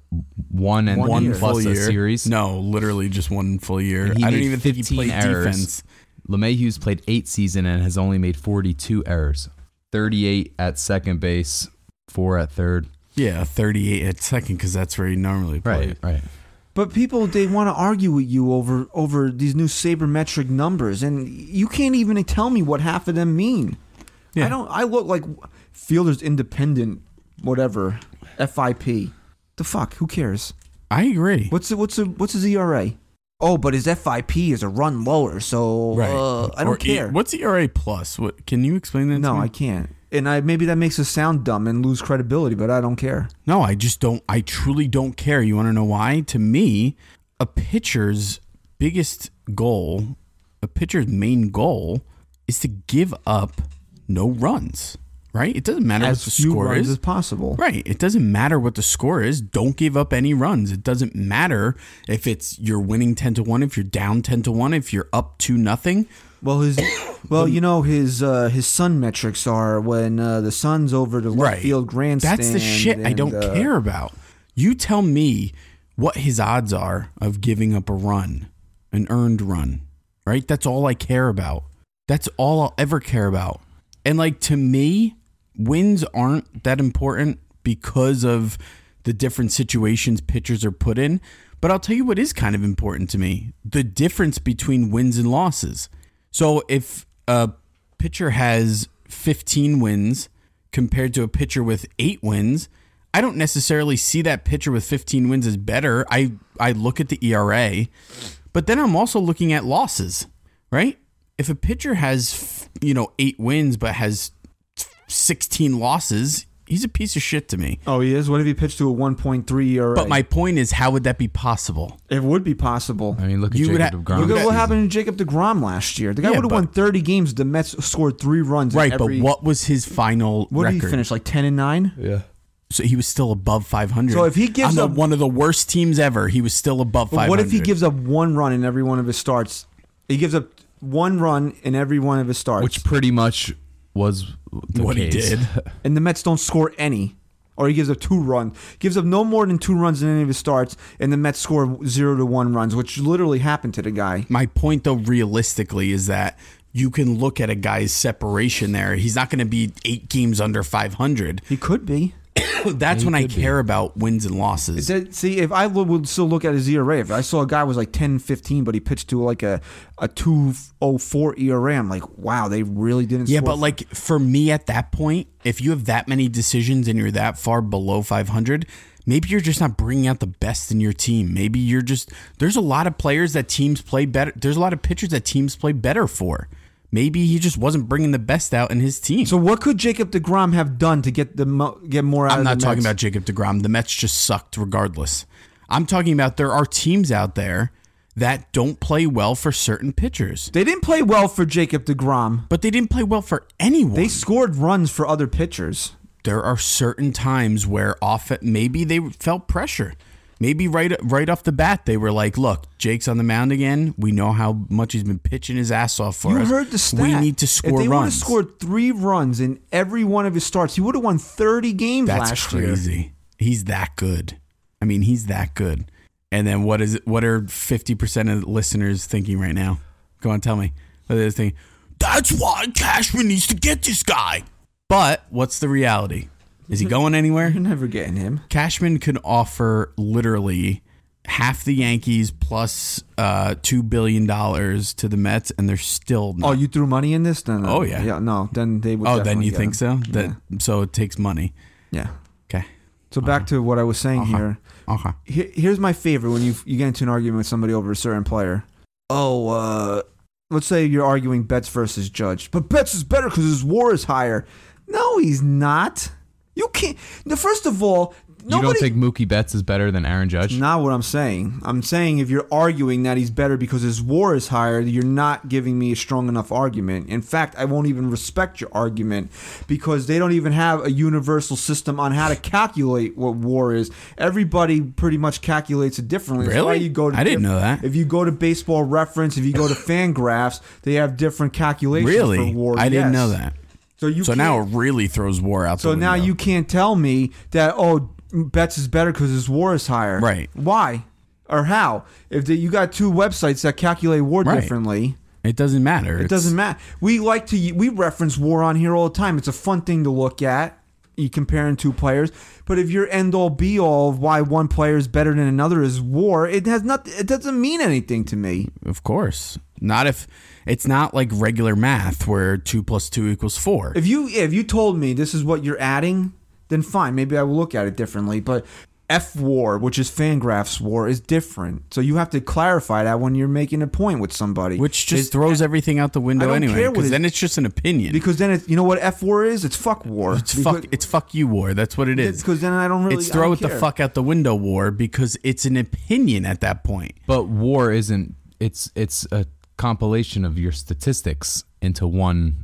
one and One one year. plus a series. No, literally just one full year. And he I don't made even think he 15 played errors. defense. LeMahieu's played eight season and has only made 42 errors. 38 at second base, four at third. Yeah, 38 at second because that's where he normally plays. right. But people they want to argue with you over over these new sabermetric numbers, and you can't even tell me what half of them mean. Yeah. I don't. I look like fielders independent, whatever. FIP. The fuck? Who cares? I agree. What's the, what's the, what's his ERA? Oh, but his FIP is a run lower, so Right. uh, I Or don't E- care. what's ERA plus? What can you explain that? no, to me? I can't. And I maybe that makes us sound dumb and lose credibility, but I don't care. No, I just don't. I truly don't care. You want to know why? To me, a pitcher's biggest goal, a pitcher's main goal, is to give up no runs. Right? It doesn't matter As what the few score runs is. as possible. Right. It doesn't matter what the score is. Don't give up any runs. It doesn't matter if it's you're winning ten to one, if you're down ten to one, if you're up two nothing. Well, [coughs] his well, you know his uh, his sun metrics are when uh, the sun's over the left field grandstand. That's the shit I and, don't uh, care about. You tell me what his odds are of giving up a run, an earned run, right? That's all I care about. That's all I'll ever care about. And like to me, wins aren't that important because of the different situations pitchers are put in. But I'll tell you what is kind of important to me the difference between wins and losses. So if a pitcher has 15 wins compared to a pitcher with eight wins, I don't necessarily see that pitcher with 15 wins as better. I, I look at the ERA, but then I'm also looking at losses, right? If a pitcher has, you know, eight wins but has 16 losses, he's a piece of shit to me. Oh, he is. What if he pitched to a one point three ERA? But my point is, how would that be possible? it would be possible. I mean, look at You would Jacob ha- DeGrom. Look at this what season. happened to Jacob Degrom last year. The guy Yeah, would have won but- thirty games. The Mets scored three runs. in Right, every- but what was his final What did record? he finish like ten and nine? So he was still above 500. So if he gives on the- up- one of the worst teams ever, he was still above But 500. what if he gives up one run in every one of his starts? He gives up one run in every one of his starts, Which pretty much was the what case. [laughs] he did? and the Mets don't score any, or he gives up two runs, gives up no more than two runs in any of his starts, and the Mets score zero to one runs, which literally happened to the guy. My point, though, realistically, is that you can look at a guy's separation there. He's not going to be eight games under 500. He could be. [laughs] That's when I care about wins and losses. Is that- see, if I lo- would still look at his ERA, if I saw a guy was like 10, 15, but he pitched to like a, a 204 ERA, E I'm like, wow, they really didn't Yeah, score but like for me at that point, if you have that many decisions and you're that far below 500, maybe you're just not bringing out the best in your team. Maybe you're just there's a lot of players that teams play better. There's a lot of pitchers that teams play better for. Maybe he just wasn't bringing the best out in his team. So what could Jacob DeGrom have done to get the mo- get more out I'm of not Oh, the talking Mets? about Jacob DeGrom. The Mets just sucked regardless. I'm talking about there are teams out there that don't play well for certain pitchers. They didn't play well for Jacob DeGrom. But they didn't play well for anyone. They scored runs for other pitchers. there are certain times where off maybe they felt pressure. Maybe right right off the bat they were like, "Look, Jake's on the mound again. We know how much he's been pitching his ass off for You us. heard the stat. We need to score If they would have runs. scored three runs in every one of his starts, he would have won 30 games That's last year. crazy. He's that good. I mean, he's that good. And then what is it? What are fifty percent of the listeners thinking right now? Go on, tell me. What are they thinking? That's why Cashman needs to get this guy. But what's the reality? Is he going anywhere? [laughs] You're never getting him. Cashman could offer literally half the Yankees plus uh, two billion dollars to the Mets, and they're still Oh, not. you threw money in this? No, no. Oh, yeah. Yeah, no, then they would Oh, then definitely you get think him. so? That so it takes money. Yeah. Okay. So Uh-huh. back to what I was saying here. Okay. Here- Here's my favorite when you you get into an argument with somebody over a certain player. Oh, uh, let's say you're arguing Betts versus Judge, but Betts is better because his WAR is higher. No, he's not. You can't. Now, first of all, you don't Nobody- think Mookie Betts is better than Aaron Judge? Not what I'm saying. I'm saying if you're arguing that he's better because his war is higher, you're not giving me a strong enough argument. In fact, I won't even respect your argument because they don't even have a universal system on how to calculate what war is. Everybody pretty much calculates it differently. That's why Really? you go to I didn't know that. If you go to Baseball Reference, if you [laughs] go to FanGraphs, they have different calculations Really? for war. I yes. didn't know that. So you So can't- now it really throws war out the so now window. you can't tell me that oh Betts is better because his WAR is higher. Right. Why or how? If the, you got two websites that calculate WAR Right. differently, It doesn't matter. it doesn't matter. We like to we reference WAR on here all the time. It's a fun thing to look at. You comparing two players, but if your end all be all of why one player is better than another is WAR, it has not. It doesn't mean anything to me. Of course. Not if it's not like regular math where two plus two equals four. If you if you told me this is what you're adding, then fine, maybe I will look at it differently. But F war, which is Fangraphs war, is different. So you have to clarify that when you're making a point with somebody. which just It- throws everything out the window don't anyway. care what Because it- then it's just an opinion. because then it's you know what F war is? It's fuck war. it's fuck. It's fuck you war. That's what it is. Because then I don't really it's I don't throw it the care. fuck out the window war because it's an opinion at that point. But war isn't. It's it's a compilation of your statistics into one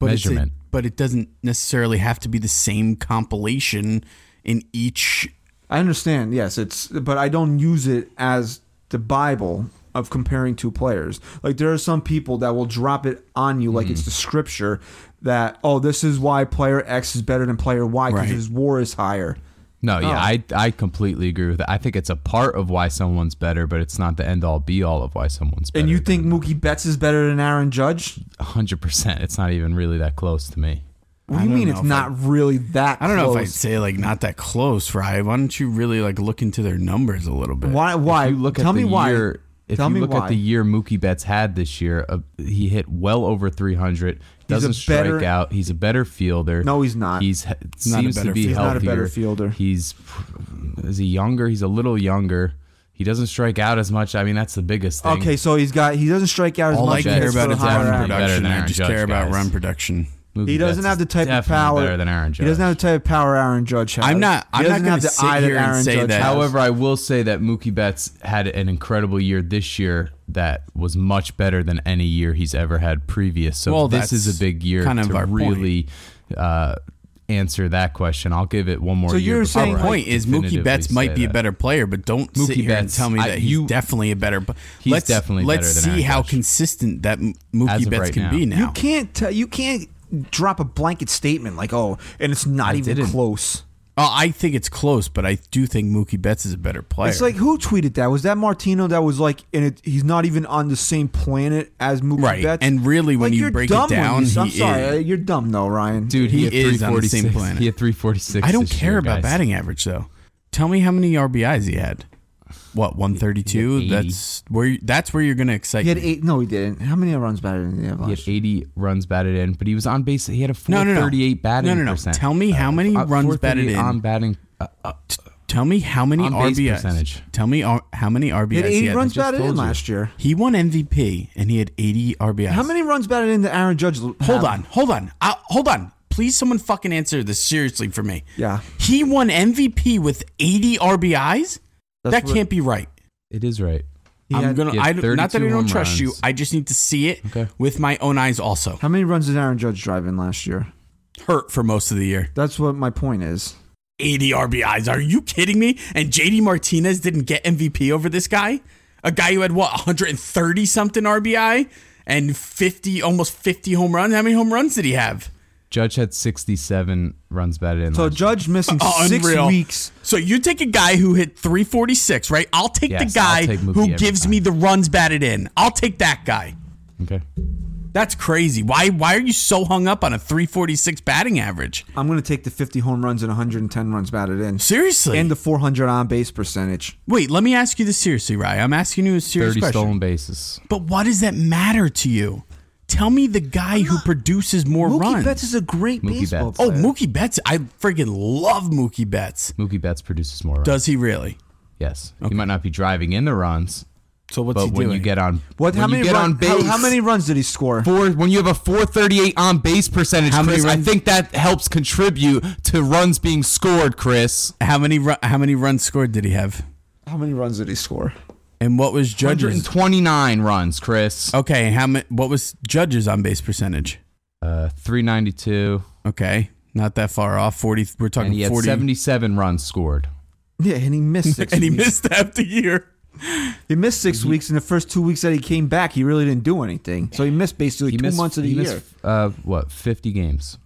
But it's a- measurement. but it doesn't necessarily have to be the same compilation in each. I understand, yes, it's but I don't use it as the Bible of comparing two players. Like there are some people that will drop it on you like Mm-hmm. it's the scripture that oh this is why player X is better than player Y because Right. his war is higher. No, Oh. yeah, I I completely agree with that. I think it's a part of why someone's better, but it's not the end all be all of why someone's better. And you think Mookie Betts is better than Aaron Judge? hundred percent. It's not even really that close to me. What I do you don't mean know it's if not really that? I don't know if I'd close? say like not that close, right? Why don't you really like look into their numbers a little bit? Why? Why? If you look Tell at me the why. year. If Tell you me look why. at the year Mookie Betts had this year, uh, he hit well over 300. Doesn't strike better- out. He's a better fielder. No, he's not. He's he- not a seems better to be fielder. He's not a healthier. better fielder. He's is he younger? He's a little younger. He doesn't strike out as much. I mean, that's the biggest thing. Okay, so he's got. He doesn't strike out as All I much. and care hits about for is the higher Aaron run average. better than production. I Aaron just Judge, care about guys. run production. Mookie He doesn't Betts have the is type of definitely power. better than Aaron Judge. He doesn't have the type of power Aaron Judge has. I'm not- He I'm not doesn't gonna have the sit eye that here and Aaron say Judge that. has. However, I will say that Mookie Betts had an incredible year this year that was much better than any year he's ever had previous. So Well, this is that's a big year kind of to our point. really uh, answer that question. I'll give it one more So year. you're before saying- Our I point is Mookie definitively Betts might say be a that. better player, but don't sit Mookie here and Betts, tell me I- that he's you- definitely a better. p- He's let's, definitely let's better than see Aaron how Judge. consistent that M- As Mookie of Betts right can now. be You now. you can't. T- you can't drop a blanket statement like, "Oh, and it's not even didn't. close." Uh, I think it's close, but I do think Mookie Betts is a better player. It's like who tweeted that? Was that Martino that was like, and it, he's not even on the same planet as Mookie Right, Betts? and really when Like, you you're break it dumb when you- down, I'm he sorry, uh, is. you're dumb though, Ryan. Dude, He he, had is on the same 346. planet. He had 346. I don't this care year, about guys. batting average though. Tell me how many RBIs he had. What one thirty two? He had 80. That's where you, that's where you're gonna excite. He had me. eight. No, he didn't. How many runs better than the He had Avalanche? 80 runs batted in, but he was on base. He had a No, no, no. 438 batting No, no, no. percent. Tell me how many Uh, runs batted 438 in. on batting. Uh, uh, Tell me how many On base RBIs. percentage. Tell me uh, how many RBIs. He had eighty had. runs just batted in told you. last year. He won MVP and he had 80 RBIs. How many runs batted in the Aaron Judge? Hold on, hold on, I, hold on. Please, someone fucking answer this seriously for me. Yeah. He won MVP with 80 RBIs. That's that what- can't be right. it is right. I'm had- gonna. he had I, don't- not that I 32 don't home trust you. runs. I just need to see it Okay. with my own eyes. Also, How many runs did Aaron Judge drive in last year? hurt for most of the year. That's what my point is. 80 RBIs. Are you kidding me? And JD Martinez didn't get MVP over this guy? A guy who had what 130 something RBI and 50 almost 50 home runs. How many home runs did he have? Judge had 67 runs batted in. So last Judge [laughs] missing Oh, six unreal. weeks. So you take a guy who hit 346, right? I'll take Yes, the I'll guy take Mookie who every gives me the runs batted in. I'll take that guy. Okay. That's crazy. Why why are you so hung up on a 346 batting average? I'm going to take the 50 home runs and 110 runs batted in, Seriously. and the 400 on base percentage. Wait, let me ask you this seriously, Ryan. I'm asking you a serious 30 question. stolen bases. But what does that matter to you? Tell me the guy who produces more Mookie runs. Betts is a great Mookie baseball Betts. oh, player. Mookie Betts. I friggin' love Mookie Betts. Mookie Betts produces more runs. Does he really? yes. He might not be driving in the runs, So what's but he when doing? you get on What? when How you many? get run- on base, how, how many runs did he score? four when you have a 438 on base percentage How many Chris, I runs- think that helps contribute to runs being scored Chris how many ru- how many runs scored did he have? [laughs] How many runs did he score? And what was judges? 129 runs Oh. Chris Okay, how many? What was judges on base percentage? uh 392 Okay, not that far off. Forty. We're and talking he had forty. 77 runs scored Yeah, and he [laughs] missed six. [laughs] and he weeks. missed half the year. He missed six weeks. In the first two weeks that he came back, he really didn't do anything. So he missed basically he two missed months of the he year. missed, uh what 50 games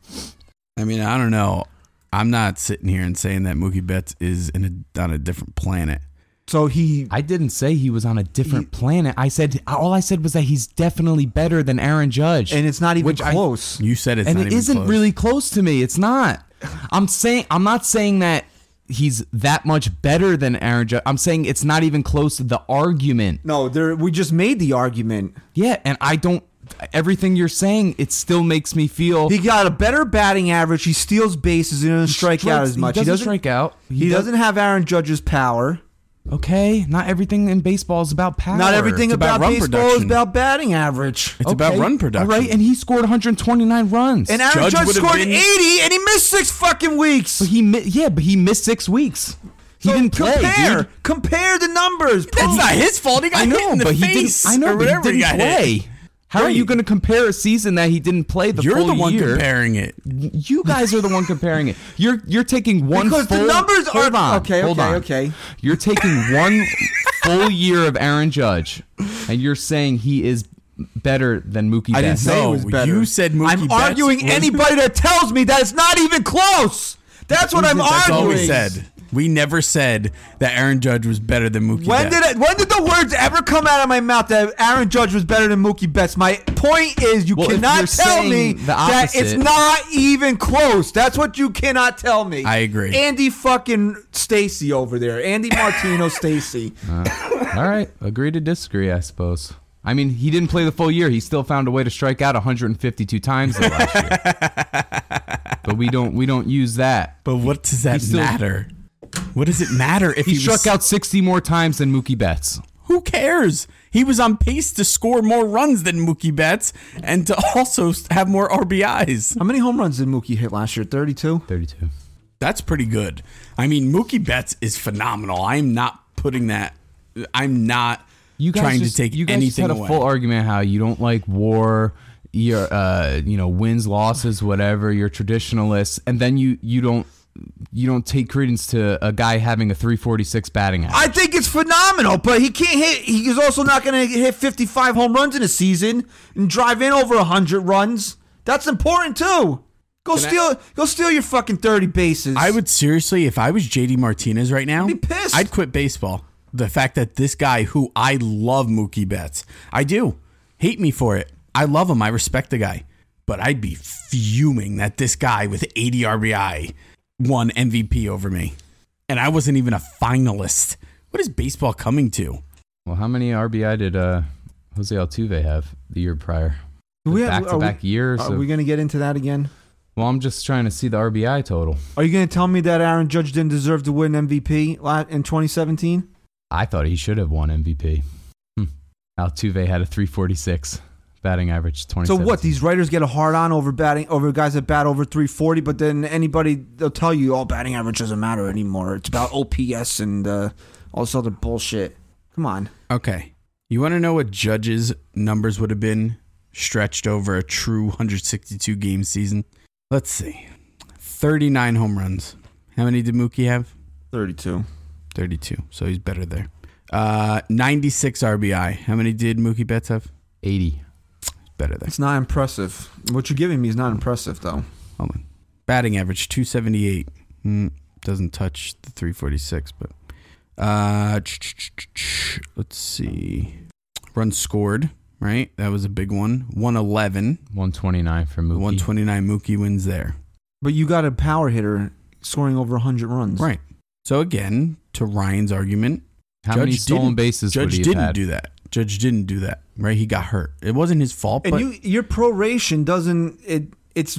I mean, I don't know. I'm not sitting here and saying that Mookie Betts is in a, on a different planet. so he I didn't say he was on a different planet I said all I said was that he's definitely better than Aaron Judge and it's not even Which I- close. You said it's and not it even isn't close. really close to me. It's not. I'm saying I'm not saying that he's that much better than Aaron Judge. I'm saying it's not even close to the argument. no, there. We just made the argument. Yeah, and I don't. Everything you're saying, it still makes me feel. He got a better batting average. He steals bases. He doesn't strike out strikes- as much. He doesn't, strike out. He, doesn't have Aaron Judge's power. Okay, not everything in baseball is about power. Not everything It's about, about run baseball is production. about batting average. It's about run production. All right, and he scored 129 runs. And Aaron Judge Judge, would've scored been- 80, and he missed six fucking weeks. but he mi- yeah, but he missed six weeks. He So didn't play. Compare, dude. compare the numbers. That's Prove- not his fault. He got I know, hit [laughs] in the but he face. didn't. I or know, but he whatever didn't got play. hit. How are Right. you going to compare a season that he didn't play the You're full the one year? comparing it. You guys are the one comparing it. You're you're taking one Because the full- numbers hold are- on, okay, hold okay, on. okay. You're taking one full year of Aaron Judge, and you're saying he is better than Mookie. I didn't Betts. say No, it was better. you said Mookie I'm Betts arguing was- anybody that tells me that it's not even close. That's what I'm That's all arguing. we said. We never said that Aaron Judge was better than Mookie. When Betts. did it, when did the words ever come out of my mouth that Aaron Judge was better than Mookie Betts? My point is, you Well, if cannot you're tell saying me the that it's opposite- not even close. That's what you cannot tell me. I agree. Andy fucking Stacy over there, Andy [laughs] Martino Stacy. Uh-huh. All right, agree to disagree, I suppose. I mean, he didn't play the full year. He still found a way to strike out 152 times in last year. [laughs] but we don't we don't use that. But what does that still- matter? What does it matter if He, he, struck was- out 60 more times than Mookie Betts. Who cares? He was on pace to score more runs than Mookie Betts and to also have more RBIs. How many home runs did Mookie hit last year? Thirty-two. 32. That's pretty good. I mean, Mookie Betts is phenomenal. I'm not putting that. I'm not You guys trying just- to take you guys just anything had a away. full argument how you don't like war, your uh, you know wins losses whatever. You're traditionalists, and then you you don't you don't take credence to a guy having a 346 batting average. I think it's phenomenal, but he can't hit. He is also not going to hit 55 home runs in a season and drive in over 100 runs. That's important too. Go steal, go steal your fucking 30 bases. I would seriously, if I was JD Martinez right now, I'd be pissed. I'd quit baseball. The fact that this guy, who I love Mookie Betts, I do hate me for it. I love him. I respect the guy, but I'd be fuming that this guy with 80 RBI won MVP over me, and I wasn't even a finalist. What is baseball coming to? well, how many RBI did uh, Jose Altuve have the year prior? Do we have- back to back are we- years. Are of- we going to get into that again? well, I'm just trying to see the RBI total. Are you going to tell me that Aaron Judge didn't deserve to win MVP la- in 2017? I thought he should have won MVP. Hmm. Altuve had a 346 batting average. So 20. what? These writers get a hard on over batting over guys that bat over 340, but then anybody they'll tell you all batting average doesn't matter anymore. It's about OPS and uh, all this other bullshit. Come on. Okay, you want to know what Judge's numbers would have been stretched over a true 162 game season? Let's see, 39 home runs. How many did Mookie have? 32. 32. So he's better there. Uh, 96 RBI. How many did Mookie Betts have? 80. Better there. It's not impressive. What you're giving me is not impressive, though. Hold on. Batting average 278. Mm, doesn't touch the 346, but uh, ch- ch- ch- ch- let's see. Runs scored, right? That was a big one. 111. 129 for The Mookie. 129 Mookie wins there. But you got a power hitter scoring over 100 runs. Right. So again, to Ryan's argument, How many Judge stolen didn't- bases would Judge he have didn't had? do that. Judge didn't do that, right? He got hurt. It wasn't his fault, And but you, your proration doesn't it it's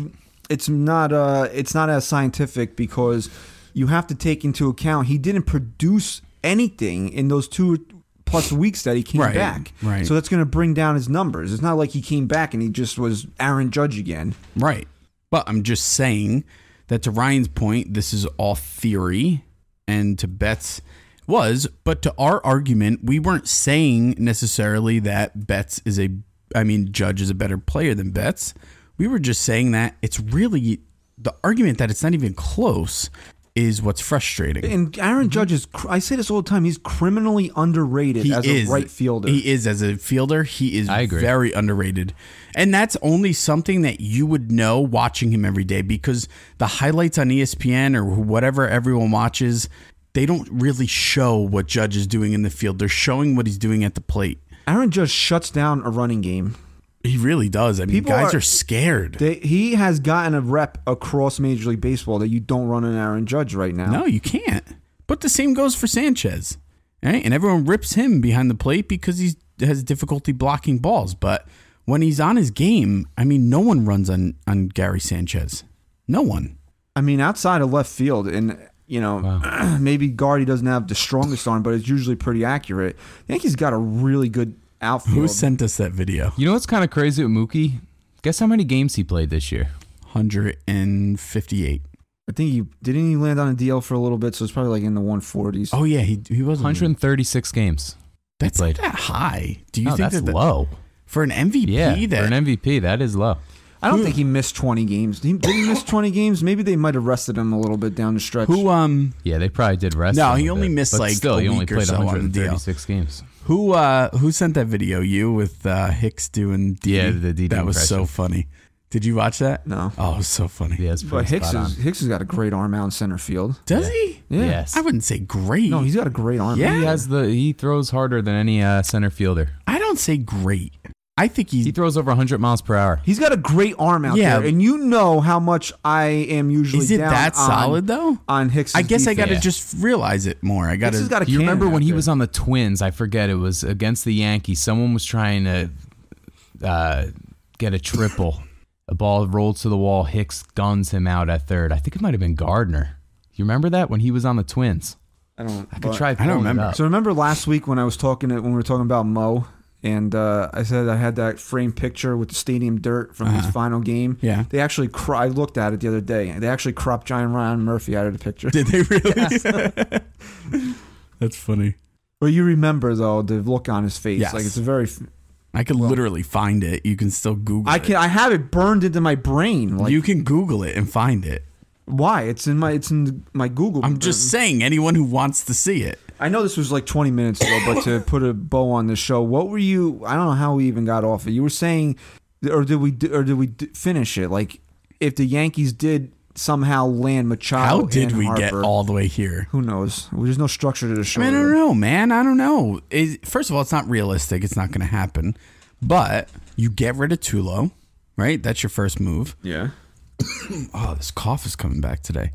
it's not uh it's not as scientific because you have to take into account he didn't produce anything in those two plus weeks that he came Right, back. right. So that's going to bring down his numbers. It's not like he came back and he just was Aaron Judge again. Right. But I'm just saying that to Ryan's point, this is all theory, and to Betts was, but to our argument, we weren't saying necessarily that Betts is a, I mean, Judge is a better player than Betts. We were just saying that it's really the argument that it's not even close is what's frustrating. And Mm-hmm. Aaron Judge is, cr- I say this all the time, he's criminally underrated as a right fielder. He is as a fielder. He is I agree. very underrated, and that's only something that you would know watching him every day because the highlights on E ESPN or wh- whatever everyone watches, they don't really show what Judge is doing in the field. They're showing what he's doing at the plate. Aaron Judge shuts down a running game. He really does. I mean, People guys are- are, scared. They, he has gotten a rep across Major League Baseball that you don't run an Aaron Judge right now. no, you can't. But the same goes for Sanchez. Right? And everyone rips him behind the plate because he has difficulty blocking balls. But when he's on his game, I mean, no one runs on, on Gary Sanchez. No one. I mean, outside of left field, and you know, [clears throat] maybe Guardy doesn't have the strongest arm, but it's usually pretty accurate. Yankees got a really good outfield. Who sent us that video? You know what's kind of crazy with Mookie? Guess how many games he played this year? 158. I think he didn't he land on a DL for a little bit, so it's probably like in the 140s. Oh, yeah. He, he was 136 games. That's played. not that high. Do you No, think that's that- low. For an MVP, Yeah, that, for an MVP, that is low. I don't think he missed 20 games. Did he, did he miss 20 games? Maybe they might have rested him a little bit down the stretch. who, um, Yeah, they probably did rest. No, him a he only bit, missed, but like, still. a he only week or played so on the 136 games. Who uh who sent that video? You with uh Hicks doing D. Yeah, the DD That was so impression. funny. Did you watch that? No. Oh, it was so funny. Yeah, it's but pretty Hicks spot is, on. Hicks has got a great arm out in center field. Does he? Yeah. Yes, I wouldn't say great. No, he's got a great arm. Yeah. he has the. He throws harder than any uh, center fielder. I don't say great. I think he's He throws over 100 miles per hour. He's got a great arm out Yeah. there, and you know how much I am usually Is it down that on- solid though? on Hicks. I guess I defense. gotta Yeah. just realize it more. I gotta Hicks has got a [laughs] You cannon remember out when he there. was on the Twins? I forget. It was against the Yankees. Someone was trying to uh, get a triple. a ball rolled to the wall. Hicks guns him out at third. I think it might have been Gardner. You remember that when he was on the Twins? I don't. I could try. don't pulling it remember. up. So remember last week when I was talking to, when we were talking about Mo, and uh, I said I had that framed picture with the stadium dirt from his final game. Uh-huh. Yeah. they actually. Cro- I looked at it the other day. and They actually cropped Giant Ryan Murphy out of the picture. Did they really? [laughs] That's funny. [laughs] But you remember though the look on his face. Yes. Like it's a very. I could literally find it. You can still Google I it. can. I have it burned into my brain. Like you can Google it and find it. why? It's in my. It's in my Google. I'm just saying anyone who wants to see it. I know this was like 20 minutes ago, but to put a bow on the show, what were you? I don't know how we even got off it. You were saying, or did we? Or did we d- finish it? Like, if the Yankees did somehow land Machado, How did and we get Harper, all the way here? Who knows? There's no structure to the show. I mean, I really. don't know, man. I don't know. Is first of all, it's not realistic. It's not going to happen. But you get rid of Tulo, right? That's your first move. Yeah. Oh, this cough is coming back today.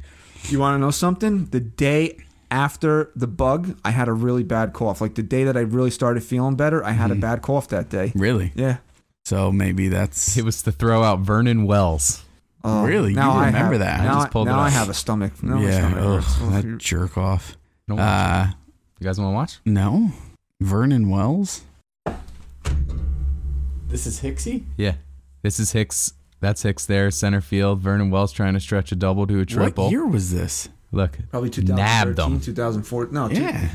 You want to know something? The day after the bug, I had a really bad cough. Like the day that I really started feeling better, I had Mm-hmm. a bad cough that day. Really? Yeah. So maybe that's It was to throw out Vernon Wells. Oh, Really? Now You I remember have- that. I Now, I, just pulled it now I up. have a stomach. Now my yeah. stomach Ugh, hurts. that jerk off. Don't watch Uh, it. You guys want to watch? no, Vernon Wells. This is Hixie. Yeah. This is Hicks. That's Hicks there, center field. Vernon Wells trying to stretch a double to a triple. What year was this? Look, Probably nabbed 2013, him. 2014. No, two- Yeah,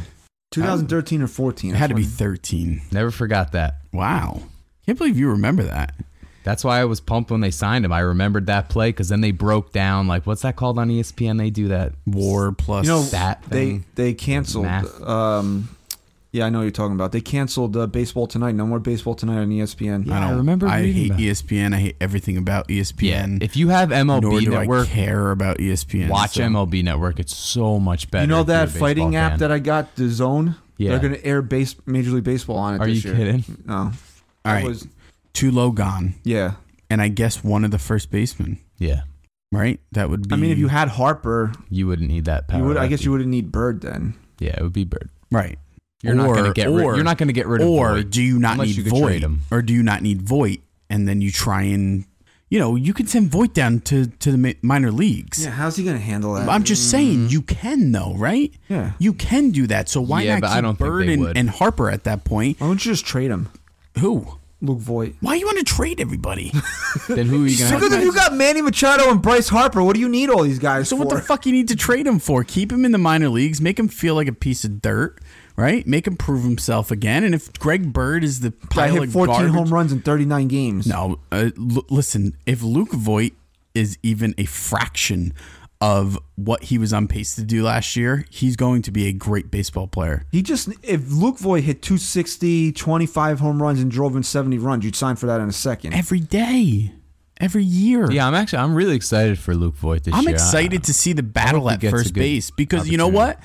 2013 or 14. it had to be That's thirteen. Never forgot that. Wow, can't believe you remember that. That's why I was pumped when they signed him. I remembered that play because then they broke down. Like, what's that called on E ESPN? They do that. War plus when- You know, That they thing. they canceled. Math. Um, yeah, I know what you're talking about. They canceled uh, baseball tonight. No more baseball tonight on E ESPN. Yeah, I remember I reading hate E about it. ESPN. I hate everything about E ESPN. If you have nor MLB do Network, I care about E ESPN. watch so- MLB Network. It's so much better. you know if you're a that fighting baseball app fan. that I got, the Zone. Yeah. They're gonna air base Major League Baseball on it. Are this you year. kidding? No. All That right, was- too low gone, yeah. and I guess one of the first basemen. Yeah, Right, that would be. I mean, if you had Harper, you wouldn't need that power. you would. I lefty. guess you wouldn't need Bird then. [laughs] Yeah, it would be Bird. right, You're not gonna get rid- you're not gonna get rid of or Voit do you not unless need you could Voit, trade him. or do you not need Voit, and then you try and you know, you can send Voight down to to the mi- minor leagues. Yeah, how's he gonna handle that? I'm just Mm. saying you can though, right? Yeah. you can do that. So why Yeah, not but I keep don't think they Bird and, would. and Harper at that point? Why don't you just trade him, Who? Luke Voigt? Why you want to [laughs] trade everybody? Then who are you gonna? Because if you got Manny Machado and Bryce Harper, what do you need all these guys So for? what the fuck you need to trade him for? Keep him in the minor leagues, make him feel like a piece of dirt, right? Make him prove himself again. And if Greg Bird is the I pile hit of 14 garbage, home runs in 39 games. no, uh, l- listen, if Luke Voigt is even a fraction of what he was on pace to do last year, he's going to be a great baseball player. He just if Luke Voigt hit 260, 25 home runs and drove in 70 runs, you'd sign for that in a second. Every day, every year. Yeah, I'm actually I'm really excited for Luke Voigt this I'm year. I- excited to see the battle he at gets a first good base because you know what?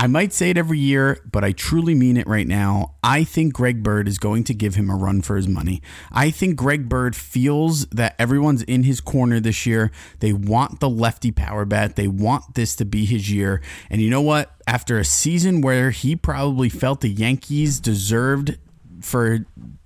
I might say it every year, but I truly mean it right now. I think Greg Bird is going to give him a run for his money. I think Greg Bird feels that everyone's in his corner this year. They want the lefty power bat. They want this to be his year. And you know what? After a season where he probably felt the Yankees deserved for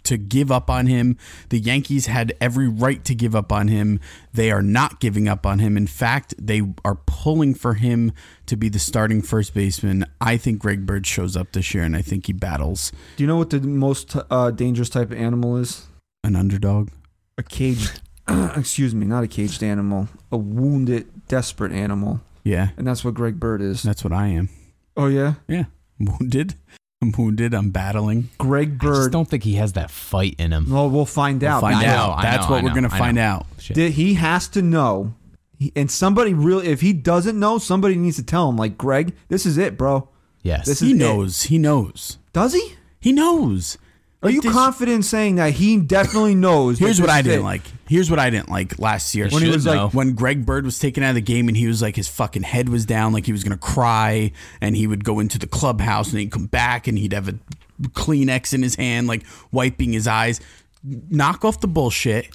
to give up on him. The Yankees had every right to give up on him. They are not giving up on him. In fact, they are pulling for him to be the starting first baseman. I think Greg Bird shows up this year and I think he battles Do you know what the most uh, dangerous type of animal is? an underdog. A caged [clears throat] excuse me, not a caged animal, a wounded, desperate animal. Yeah. And that's what Greg Bird is. That's what I am. Oh yeah. Yeah. I'm wounded. [laughs] I'm wounded. I'm battling. Greg I just Bird. don't think he has that fight in him. Well, we'll find out. Find I know, out. I That's know, what I we're know, going to I find know. out. Shit. Did- he has to know. He- And somebody really if he doesn't know, somebody needs to tell him like, "Greg, this is it, bro." yes. this is- He it. knows. He knows. Does he? He knows. Are Like you this- confident in saying that he definitely knows? that Here's what this I is didn't it? like. Here's what I didn't like last year. You When he should was like- know. when Greg Bird was taken out of the game and he was like his fucking head was down, like he was gonna cry, and he would go into the clubhouse and he'd come back and he'd have a Kleenex in his hand, like wiping his eyes. Knock off the bullshit.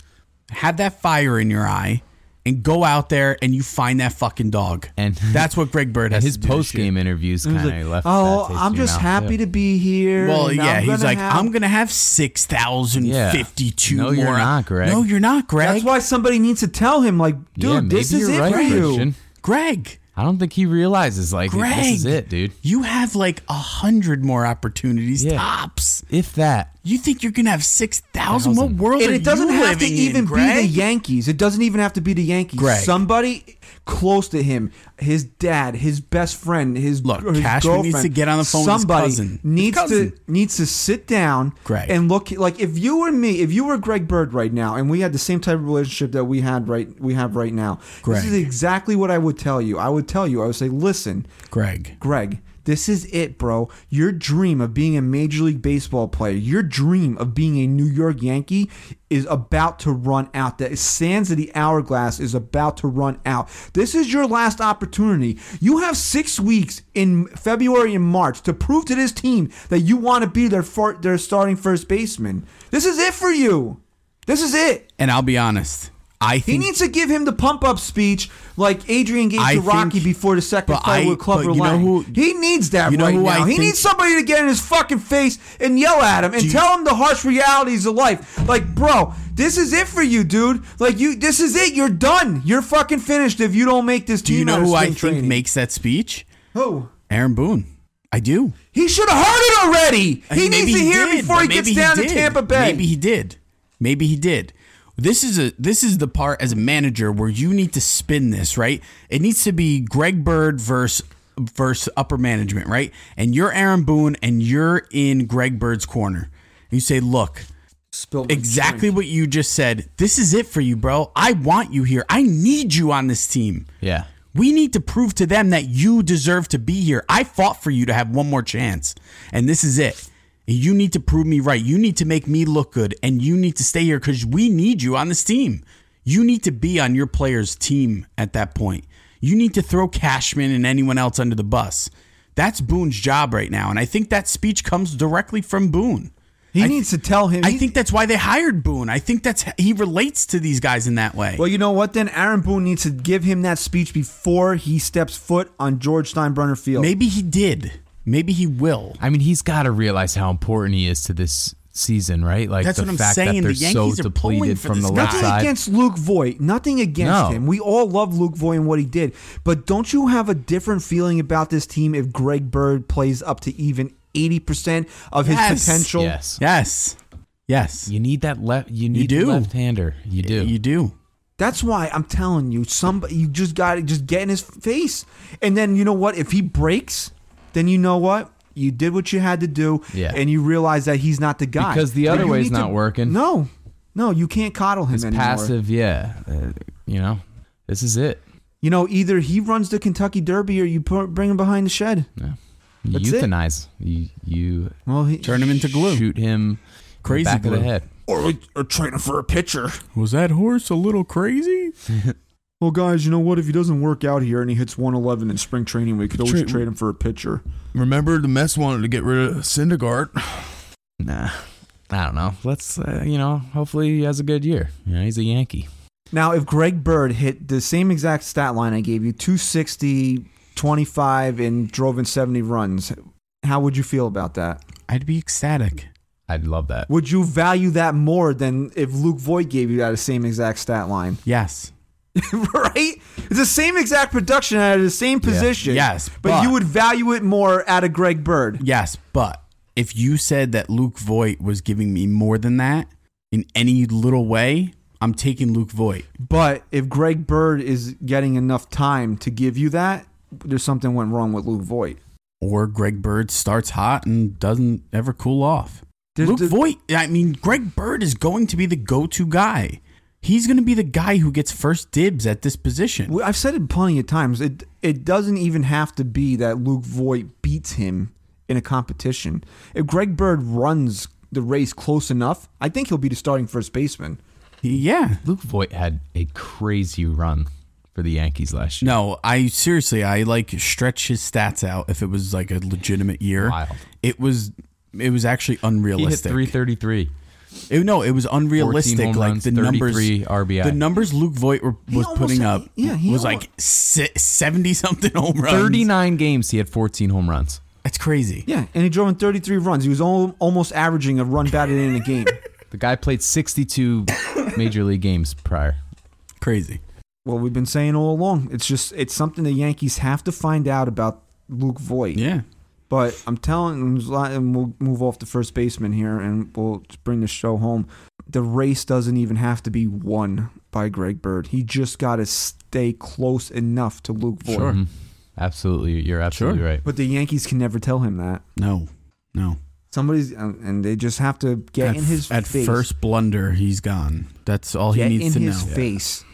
Have that fire in your eye, and go out there and you find that fucking dog. And- [laughs] that's what Greg Bird has. his to do this post year. game interviews He kind was of like, left. oh, that taste I'm in your just mouth, happy too. to be here. Well, and yeah, I'm he's gonna like, have- I'm gonna have six thousand fifty-two No, more. you're not, Greg. No, you're not, Greg. That's why somebody needs to tell him, like, dude, yeah, this maybe is you're it right, for you. Christian. Greg. I don't think he realizes like Greg, this is it, dude. You have like a hundred more opportunities Yeah. tops. If that, You think you're gonna have six thousand? What Thousand. world And are it doesn't you have to living even in, be Greg? the Yankees. It doesn't even have to be the Yankees. Greg. Somebody close to him, his dad, his best friend, his Look, or his Cashman needs to girlfriend, get on the phone with his Somebody cousin. His needs cousin. to needs to sit down Greg. and look like if you were me, if you were Greg Bird right now, and we had the same type of relationship that we had right we have right now. Greg. This is exactly what I would tell you. I would tell you. I would say, listen, Greg. Greg, this is it, bro. Your dream of being a Major League Baseball player, your dream of being a New York Yankee is about to run out. The sands of the hourglass is about to run out. This is your last opportunity. You have six weeks in February and March to prove to this team that you want to be their, fir- their starting first baseman. This is it for you. This is it. And I'll be honest. I He think needs to give him the pump up speech like Adrian gave I to think- Rocky before the second but fight I- with Clubber but you know Lang. who- he needs that you know right who I now. He think- needs somebody to get in his fucking face and yell at him and Do you- tell him the harsh realities of life. Like, bro, this is it for you, dude. Like, you, this is it. You're done. You're fucking finished if you don't make this do team. you know out of who I spring think training. makes that speech? who? Aaron Boone. I do. He should have heard it already. He Maybe needs to hear did, it before but he maybe gets down to did. Tampa Bay. Maybe he did. Maybe he did. This is a this is the part as a manager where you need to spin this right. It needs to be Greg Bird versus versus upper management, right? And you're Aaron Boone, and you're in Greg Bird's corner. You say, look, Spilled my exactly drink. what you just said. This is it for you, bro. I want you here. I need you on this team. yeah, We need to prove to them that you deserve to be here. I fought for you to have one more chance, and this is it. And You need to prove me right. You need to make me look good, and you need to stay here because we need you on this team. You need to be on your player's team at that point. You need to throw Cashman and anyone else under the bus. That's Boone's job right now, and I think that speech comes directly from Boone. He I- needs to tell him. I he- think that's why they hired Boone. I think that's he relates to these guys in that way. Well, you know what? Then Aaron Boone needs to give him that speech before he steps foot on George Steinbrenner Field. Maybe he did. Maybe he will. I mean he's got to realize how important he is to this season, right? Like That's the what I'm fact saying. The that they're so Yankees are pulling depleted for from this the guy. left Nothing Nothing side. against Luke Voigt. Nothing against No. him. We all love Luke Voigt and what he did. But don't you have a different feeling about this team if Greg Bird plays up to even 80% of Yes. his potential? yes, Yes. Yes. you need that left. You need do. the left-hander. You do. You do. That's why I'm telling you, somebody you just got to just get in his face. And then you know what? If he breaks, then you know what? You did what you had to do, Yeah. and you realize that he's not the guy Because the But other you way's need to- not working. No, no, you can't coddle him it's anymore. passive. Yeah, Uh, you know, this is it. You know, either he runs the Kentucky Derby or you put, bring him behind the shed. Yeah. That's it. euthanize. You, you Well, he, Turn him into glue. shoot him Crazy crazy back glue. of the head. or or train him for a pitcher. Was that horse a little crazy? Well, guys, you know what? If he doesn't work out here and he hits 111 in spring training, we could always Trade- trade him for a pitcher. Remember, the mess wanted to get rid of Syndergaard. Nah, I don't know. Let's uh, you know. Hopefully he has a good year. You know, he's a Yankee. Now, if Greg Bird hit the same exact stat line I gave you, 260, 25, and drove in 70 runs, how would you feel about that? I'd be ecstatic. I'd love that. Would you value that more than if Luke Voigt gave you that same exact stat line? [laughs] Yes. right? It's the same exact production out of the same position. Yes, But, but- you would value it more out of Greg Bird. Yes. But if you said that Luke Voigt was giving me more than that in any little way, I'm taking Luke Voigt. But if Greg Bird is getting enough time to give you that, there's something went wrong with Luke Voigt. Or Greg Bird starts hot and doesn't ever cool off. There's- Luke there- Voigt, I mean, Greg Bird is going to be the go to guy. He's going to be the guy who gets first dibs at this position. Well, I've said it plenty of times. It it doesn't even have to be that Luke Voigt beats him in a competition. If Greg Bird runs the race close enough, I think he'll be the starting first baseman. Yeah. Luke Voigt had a crazy run for the Yankees last year. No, I seriously, I like stretch his stats out. If it was like a legitimate year, Wild. it was. It was actually he hit unrealistic. 333. It- no, it was 14 unrealistic. home Like runs, the numbers, 33 RBI. the numbers Luke Voigt were, was almost putting had- up, yeah, he was al- like seventy something home runs. 39 games, he had 14 home runs. That's crazy. Yeah, and he drove in 33 runs. He was al- almost averaging a run batted in a game. [laughs] The guy played [coughs] 62 major league games prior. Crazy. well, we've been saying all along. It's just it's something the Yankees have to find out about Luke Voigt. Yeah. But I'm telling, and we'll move off the first baseman here, and we'll bring the show home. The race doesn't even have to be won by Greg Bird. He just got to stay close enough to Luke Voigt. Sure. Mm-hmm. Mhm. Absolutely. You're absolutely Sure. right. But the Yankees can never tell him that. No. No. Somebody's, uh, and they just have to get at in his at face. first blunder, he's gone. That's all get he needs in to his know. face.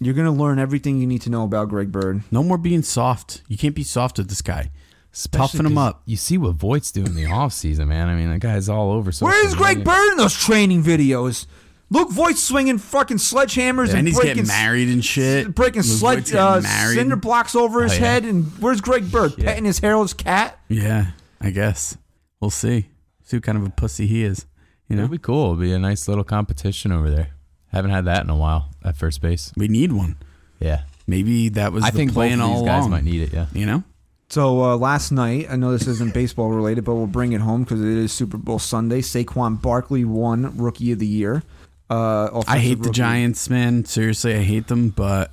You're gonna learn everything you need to know about Greg Bird. No more being soft. You can't be soft with this guy. Especially Toughen him 'cause up. You see what Voigt's doing in the offseason, man. I mean, that guy's all over. social Where is Greg media. Bird in those training videos? Luke Voigt swinging fucking sledgehammers And, and he's breaking getting married and shit. breaking Luke Voigt's sled getting uh, married. cinder blocks over his yeah. head, and where's Greg Bird Yeah. petting his hairless cat? Yeah, I guess we'll see. See what kind of a pussy he is. You know, It'd be cool. It'd be a nice little competition over there. Haven't had that in a while at first base. we need one. Yeah. Maybe that was I the think both plan of all these guys along. might need it, yeah. You know, So uh, last night, I know this isn't baseball related, but we'll bring it home because it is Super Bowl Sunday. Saquon Barkley won Rookie of the Year. Uh, I offensive hate the rookie. Giants, man. Seriously, I hate them, but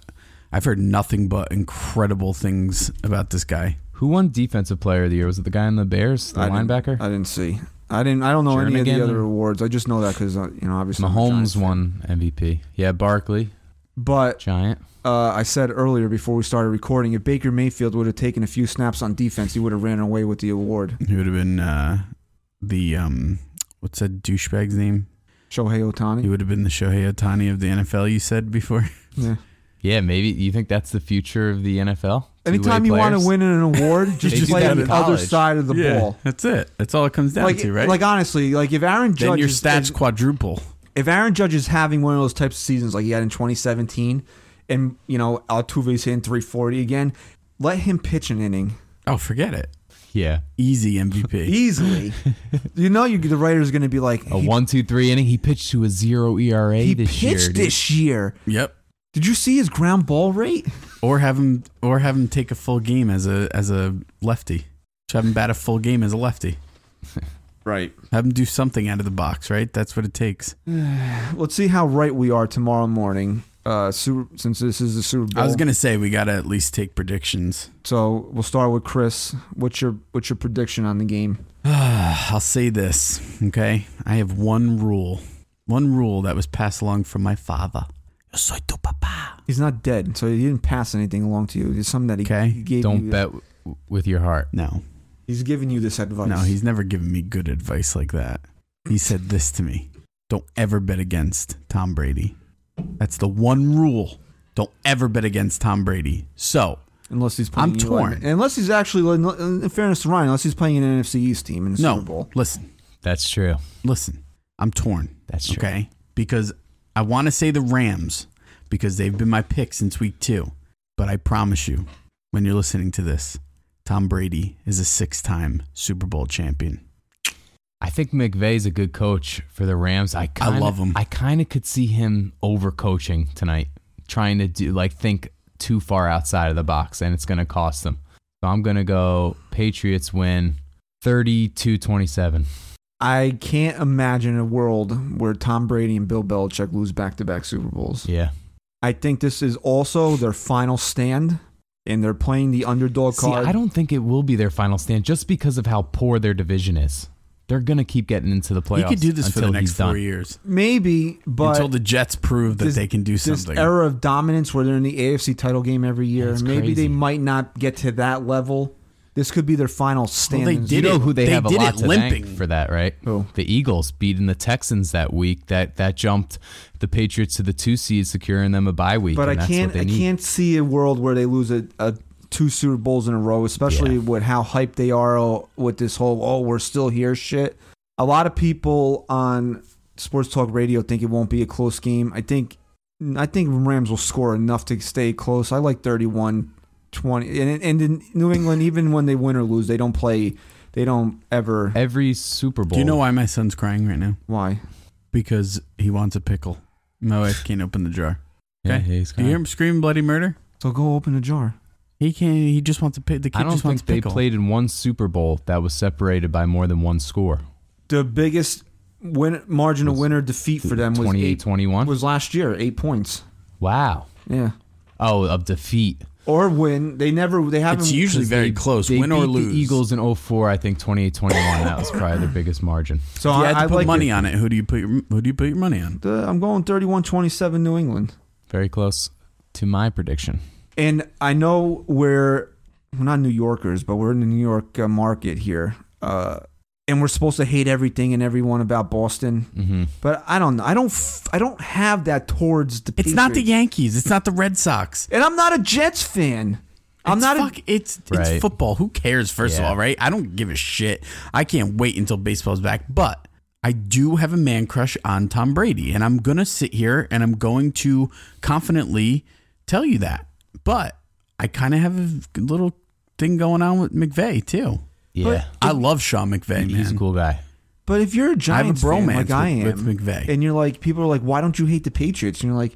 I've heard nothing but incredible things about this guy. Who won Defensive Player of the Year? Was it the guy in the Bears, the I didn't- linebacker? I didn't see. I didn't. I don't know any of Jernigan? the other awards. I just know that because uh, you know obviously I'm a Giants Mahomes fan. won MVP. Yeah, Barkley, But Giant. uh, I said earlier before we started recording, if Baker Mayfield would have taken a few snaps on defense, he would have ran away with the award. He would have been uh, the um, what's that douchebag's name? Shohei Otani. He would have been the Shohei Otani of the NFL. You said before. Yeah. Yeah, maybe you think that's the future of the NFL. Two-way Anytime you want players? to win an [laughs] award, just, They do play that the in other college. side of [laughs] the ball. that's it. That's all it comes down Like, to, right? like honestly, like if Aaron Judge then your is- stats if, quadruple. if Aaron Judge is having one of those types of seasons like he had in 2017, and you know Altuve's hitting 340 again, let him pitch an inning Oh, forget it. yeah, Easy [laughs] MVP. easily. you know, you the writer's going to be like, a he, one, two, three inning. He pitched to a zero ERA he this pitched year. dude. this year. yep. Did you see his ground ball rate? [laughs] Or have him or have him take a full game as a as a lefty. Just have him bat a full game as a lefty. [laughs] Right. Have them do something out of the box, right? That's what it takes. Let's see how right we are tomorrow morning. Uh, Super, since this is the Super Bowl, I was gonna say we gotta at least take predictions. so we'll start with Chris. What's your what's your prediction on the game? I'll say this, okay? I have one rule, one rule that was passed along from my father. Yo soy tu papá. He's not dead, so he didn't pass anything along to you. It's something that he, Okay. he gave Don't you. bet w- with your heart. No, He's giving you this advice. no, he's never given me good advice like that. He said this to me: Don't ever bet against Tom Brady. That's the one rule. Don't ever bet against Tom Brady. So unless he's playing. I'm you torn. like- unless he's actually, in fairness to Ryan, unless he's playing an NFC East team in the Super no, Bowl. listen, That's true. listen. I'm torn. That's true. Okay. Because I want to say the Rams because they've been my pick since week two. But I promise you, when you're listening to this, Tom Brady is a six time Super Bowl champion. I think McVay's a good coach for the Rams. I kinda, love him. I kind of could see him overcoaching tonight, trying to do like think too far outside of the box, and it's going to cost them. So I'm going to go Patriots win 32-27. I can't imagine a world where Tom Brady and Bill Belichick lose back to back Super Bowls. Yeah. I think this is also their final stand, and they're playing the underdog See, card. I don't think it will be their final stand just because of how poor their division is. They're going to keep getting into the playoffs. he could do this for until the next he's done. four years Maybe, but until the Jets prove that this- they can do this something. era of dominance where they're in the AFC title game every year, That's maybe crazy. they might not get to that level. This could be their final Well, stand. they in- did you know it. who they, have a did lot it to limping. thank for that, right? Who? The Eagles beating the Texans that week. That that jumped the Patriots to the two seed, securing them a bye week. But I and that's can't. What they I need. can't see a world where they lose a, a two Super Bowls in a row, especially Yeah. with how hyped they are oh, with this whole "oh, we're still here" shit. A lot of people on sports talk radio think it won't be a close game. I think. I think Rams will score enough to stay close. I like 31 20. And, and in New England, even when they win or lose, they don't play. They don't ever. Every Super Bowl. Do you know why my son's crying right now? Why? Because he wants a pickle. My wife can't open the jar. Yeah, Okay. he's Do you hear gone. him scream bloody murder? So go open a jar. He can't. He just wants a pick. The kid I don't just wants think they pickle. played in one Super Bowl that was separated by more than one score. The biggest win, margin of winner defeat for them was eight, 28-21? was last year, eight points. Wow. Yeah. Oh, of defeat. Or win. They never. They haven't. It's usually very They- close. They Win or beat lose. The Eagles in 04, I think 28-21. that was probably their biggest margin. So If you had to I, I put like money it. on it. Who do you put your Who do you put your money on? The, I'm going 31-27 New England, Very close to my prediction. and I know we're we're not New Yorkers, but we're in the New York uh, market here, uh, and we're supposed to hate everything and everyone about Boston. Mm-hmm. But I don't. know. I don't. F- I don't have that towards the. It's not the Patriots. Yankees. It's not the Red Sox. and I'm not a Jets fan. I'm It's not. a, fuck- it's Right. it's football. Who cares? First Yeah. of all, right? I don't give a shit. I can't wait until baseball's back. But I do have a man crush on Tom Brady, and I'm gonna sit here and I'm going to confidently tell you that. But I kind of have a little thing going on with McVay too. Yeah. I love Sean McVay. He's a man. cool guy. But if you're a Giants fan bromance like I am, with- with McVay. and you're like, people are like, why don't you hate the Patriots? And you're like,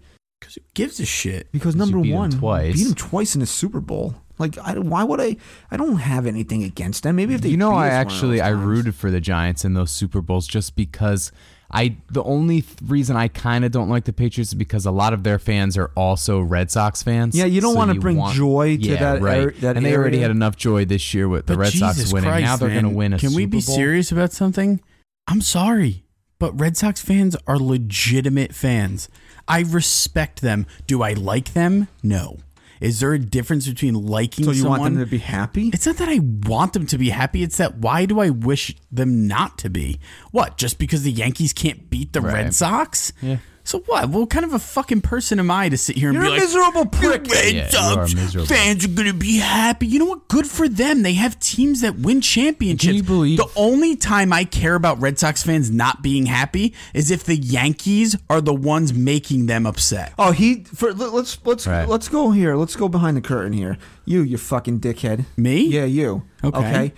Who gives a shit? Because number beat 'em one, twice. beat him twice in the Super Bowl. Like, I, why would I? I don't have anything against them. Maybe if they, you know beat us one i of actually those i times. rooted for the giants in those super bowls just because i the only th- reason i kind of don't like the patriots is because a lot of their fans are also red sox fans Yeah, you don't wanna you bring joy to yeah, that right ar- that and they already area. had enough joy this year with the But red sox Jesus winning now Christ, they're going to man. win a Can we Super be Bowl. serious about something? I'm sorry, but Red Sox fans are legitimate fans. I respect them. Do I like them? No. Is there a difference between liking So you someone? want them to be [laughs] happy? It's not that I want them to be happy. It's that why do I wish them not to be? What? Just because the Yankees can't beat the Red Sox? Yeah. So what? What kind of a fucking person am I to sit here and You're be a like, miserable "You prick." Red Yeah, you Sox are miserable. fans are gonna be happy. You know what? Good for them. They have teams that win championships. Can you believe- the only time I care about Red Sox fans not being happy is if the Yankees are the ones making them upset. Oh, he. For, let- let's let's Right. let's go here. Let's go behind the curtain here. You, you fucking dickhead. Me? Yeah, you. Okay. Uh.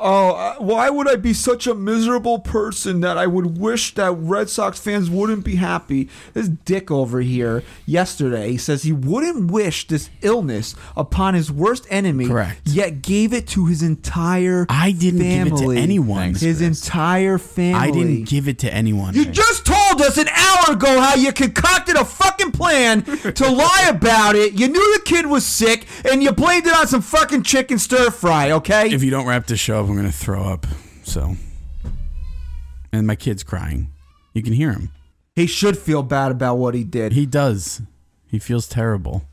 Oh, uh, why would I be such a miserable person that I would wish that Red Sox fans wouldn't be happy? This dick over here yesterday says he wouldn't wish this illness upon his worst enemy. Correct. Yet gave it to his entire. I didn't give it to family. anyone. Thanks, His Chris. entire family. I didn't give it to anyone. You just told us an hour ago how you concocted a fucking plan [laughs] to lie about it. You knew the kid was sick, and you blamed it on some fucking chicken stir fry. Okay. if you don't wrap this show up, I'm gonna throw up. So, and my kid's crying. You can hear him. He should feel bad about what he did. He does. He feels terrible.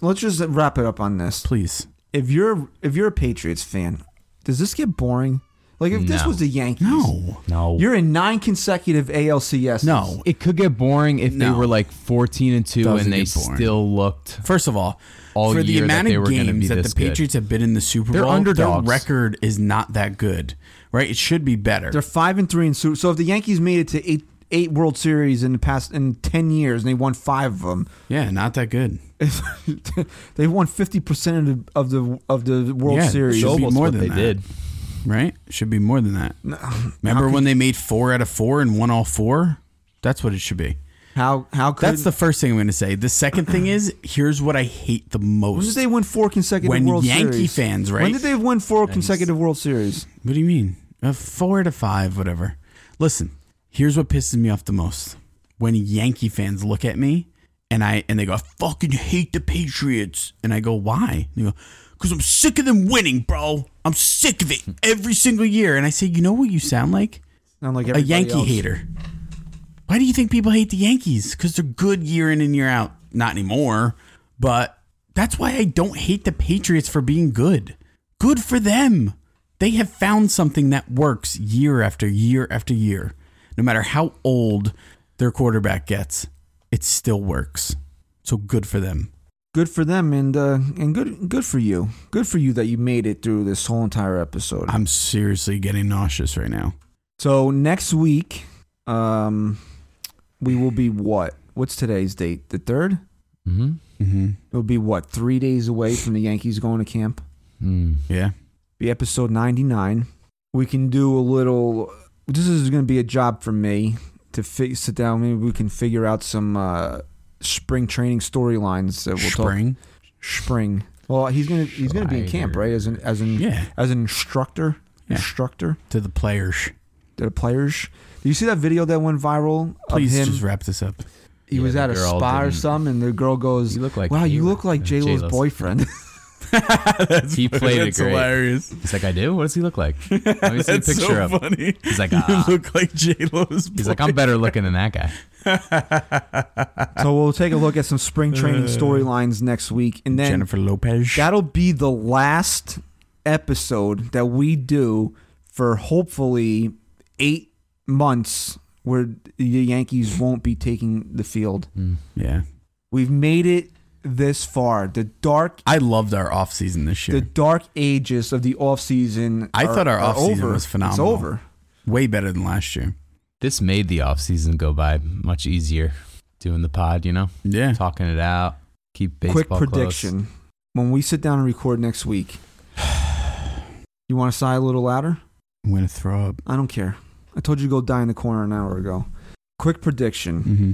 Let's just wrap it up on this. Please. If you're if you're a Patriots fan, does this get boring? Like if this No. was the Yankees, No. No. You're in nine consecutive ALCS. No. it could get boring if No. they were like 14 and 2 Doesn't and they get boring. still looked First of all, All for the year that amount they of were gonna games be that the this good. Patriots have been in the Super They're Bowl, underdogs. their record is not that good, right? It should be better. they're five and three in Super. So if the Yankees made it to eight eight World Series in the past in ten years and they won five of them, yeah, not that good. [laughs] they won fifty percent of the of the of the World Yeah, it Series. should be almost more what than they that. did. right? Should be more than that. Remember when they made four out of four and won all four? That's what it should be. How how could That's the first thing I'm going to say. The second thing is here's what I hate the when did most. they win four consecutive When World Yankee Series? fans, right? When did they win four consecutive World Series? what do you mean? A four to five, whatever. Listen, here's what pisses me off the most. When Yankee fans look at me and I and they go, I fucking hate the Patriots. And I go, why? And they go, because I'm sick of them winning, bro. I'm sick of it every single year. And I say, you know what you sound like? Not like a everybody Yankee else. hater. Why do you think people hate the Yankees? Because they're good year in and year out. Not anymore. But that's why I don't hate the Patriots for being good. Good for them. They have found something that works year after year after year. No matter how old their quarterback gets, it still works. So good for them. good for them and uh, and good good for you. Good for you that you made it through this whole entire episode. I'm seriously getting nauseous right now. So next week, um, we will be what? What's today's date? The third. Mm-hmm. Mm-hmm. It'll be what? Three days away from the Yankees going to camp. Mm. Yeah. Be episode ninety nine. We can do a little. This is going to be a job for me to fi- sit down. Maybe we can figure out some uh, spring training storylines that we'll talk. Spring. Spring. Well, he's gonna he's gonna be in camp, right? As an as an Yeah. as an instructor. Yeah. Instructor. To the players. to the players. Did you see that video that went viral Please of him? just wrap [laughs] this up. he Yeah, was the at a girl spa or didn't- something, and the girl goes, You look like "Wow, you J-Lo- look like uh, J Lo's J-Lo's- boyfriend." [laughs] He played That's it great. hilarious. He's like, I do. What does he look [laughs] like? Let me see a That's picture so of. him. funny. He's like, [laughs] you ah. look like J Lo's. He's like, I'm better looking than that guy. so we'll take a look at some spring training storylines next week, and then Jennifer Lopez. that'll be the last episode that we do for hopefully eight months, where the Yankees won't be taking the field. Hmm. yeah, We've made it this far. The dark. I loved our off season this year. The dark ages of the off season. I are- thought our are offseason over. was phenomenal. It's over. Way better than last year. This made the off season go by much easier. Doing the pod, you know, Yeah, talking it out. Keep baseball quick close. prediction when we sit down and record next week [sighs] you want to sigh a little louder I'm gonna throw up. i don't care i told you to go die in the corner an hour ago quick prediction Mm-hmm.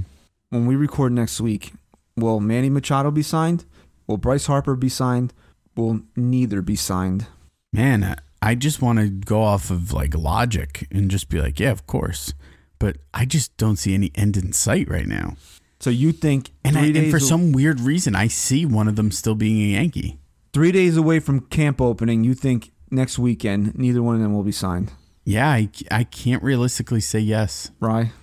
when we record next week will manny machado be signed will bryce harper be signed will neither be signed Man, I, I just want to go off of like logic and just be like, yeah, of course. But I just don't see any end in sight right now. so you think And, I, three, and days for a- some weird reason, I see one of them still being a Yankee. three days away from camp opening you think next weekend neither one of them will be signed Yeah, I, I can't realistically say yes. right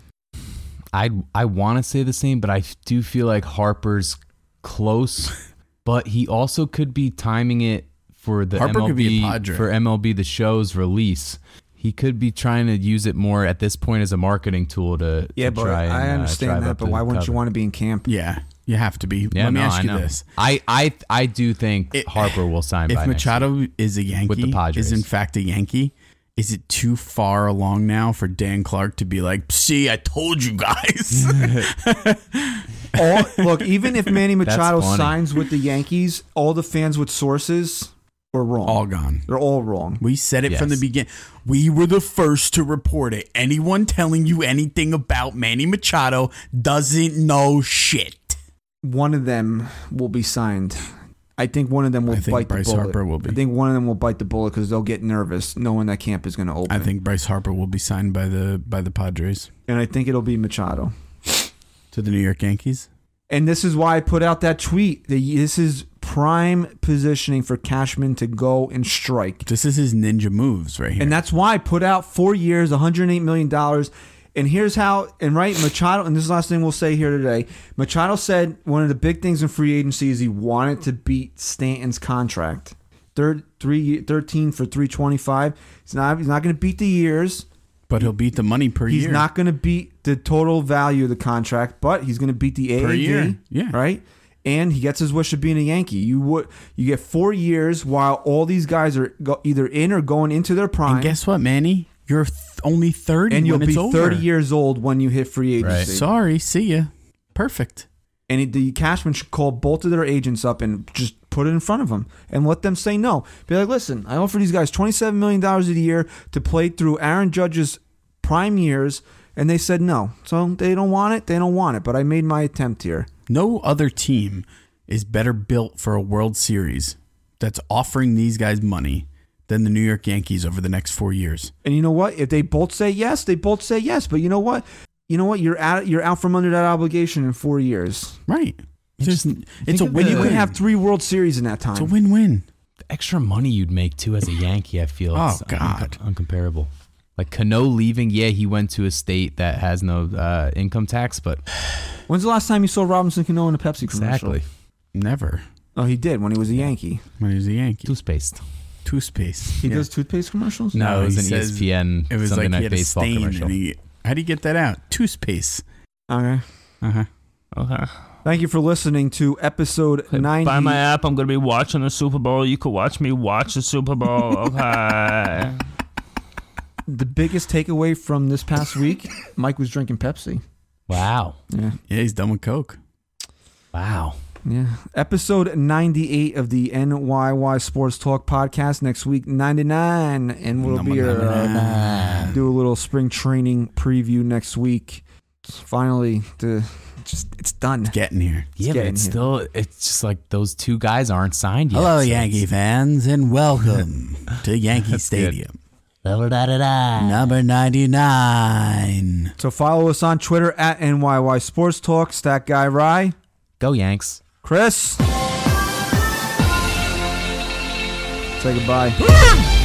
I I want to say the same, but I do feel like Harper's [laughs] close, but he also could be timing it for the Harper MLB could be a Padre. for MLB the show's release. He could be trying to use it more at this point as a marketing tool to yeah to but try and, i uh, understand drive that up but the why wouldn't cover. you want to be in camp Yeah, you have to be. Yeah, Let me no, ask I you know. this. I I I do think It- Harper will sign by if next year. Machado is a Yankee, With the Padres. is in fact a Yankee, is it too far along now for Dan Clark to be like, "See, I told you guys." [laughs] [laughs] all look, even if Manny Machado [laughs] funny. signs with the Yankees, all the fans with sources were wrong. All gone. They're all wrong. We said it from the Yes. beginning. We were the first to report it. Anyone telling you anything about Manny Machado doesn't know shit. one of them will be signed. I think one of them will I think bite Bryce the bullet. Harper will be. I think one of them will bite the bullet because they'll get nervous knowing that camp is going to open. I think Bryce Harper will be signed by the by the Padres and I think it'll be Machado. to the New York Yankees. And this is why I put out that tweet. The- This is prime positioning for Cashman to go and strike. This is his ninja moves right here. And that's why I put out four years, $108 million. And here's how, and right, Machado, and this is the last thing we'll say here today. Machado said one of the big things in free agency is he wanted to beat Stanton's contract. Third, three, 13 for 325. He's not, he's not going to beat the years. but he'll beat the money per He's year. not going to beat the total value of the contract, but he's going to beat the AAV, year, yeah. right? And he gets his wish of being a Yankee. You would you get four years while all these guys are go, either in or going into their prime, and guess what, Manny? You're th- only 30 and you'll when be it's thirty over. years old when you hit free Right. agency. Sorry, see ya. Perfect. And it- the Cashman should call both of their agents up and just put it in front of them and let them say no. Be like, listen, I offer these guys $27 million a year to play through Aaron Judge's prime years, and they said no. So they don't want it, they don't want it, but I made my attempt here. No other team is better built for a World Series that's offering these guys money than the New York Yankees over the next four years. And you know what? If they both say yes, they both say yes. But you know what? You know what? You're out. You're out from under that obligation in four years. Right. There's, it's a of win. the- You could have three World Series in that it's a time. win-win. The extra money you'd make too as a Yankee, I feel. Oh, it's God. uncom- uncomparable. Like Cano leaving, yeah, he went to a state that has no uh, income tax, but When's the last time you saw Robinson Cano in a Pepsi commercial? exactly Never. Oh, he did when he was a Yankee. When he was a Yankee. toothpaste. Toothpaste. He does toothpaste commercials. No, it was he an E says- ESPN It was Sunday like night he had a baseball stain. commercial. And he, how do you get that out? Toothpaste. Okay. Uh-huh. Okay. Thank you for listening to episode ninety. Buy my app. I'm gonna be watching the Super Bowl. You could watch me watch the Super Bowl. Okay. the biggest takeaway from this past week: [laughs] Mike was drinking Pepsi. Wow. Yeah. Yeah, he's done with Coke. Wow. Yeah. Episode 98 of the NYY Sports Talk podcast next week, 99. And we'll be Number uh, 99. do a little spring training preview next week. It's Finally, the just it's done. Getting here. Yeah, but getting it's here. still it's just like those two guys aren't signed yet. Hello, so Yankee fans, and welcome to Yankee Stadium, it's- number 99. So follow us on Twitter at NYY Sports Talk, Stack Guy Rye, Go Yanks. Chris. Say goodbye.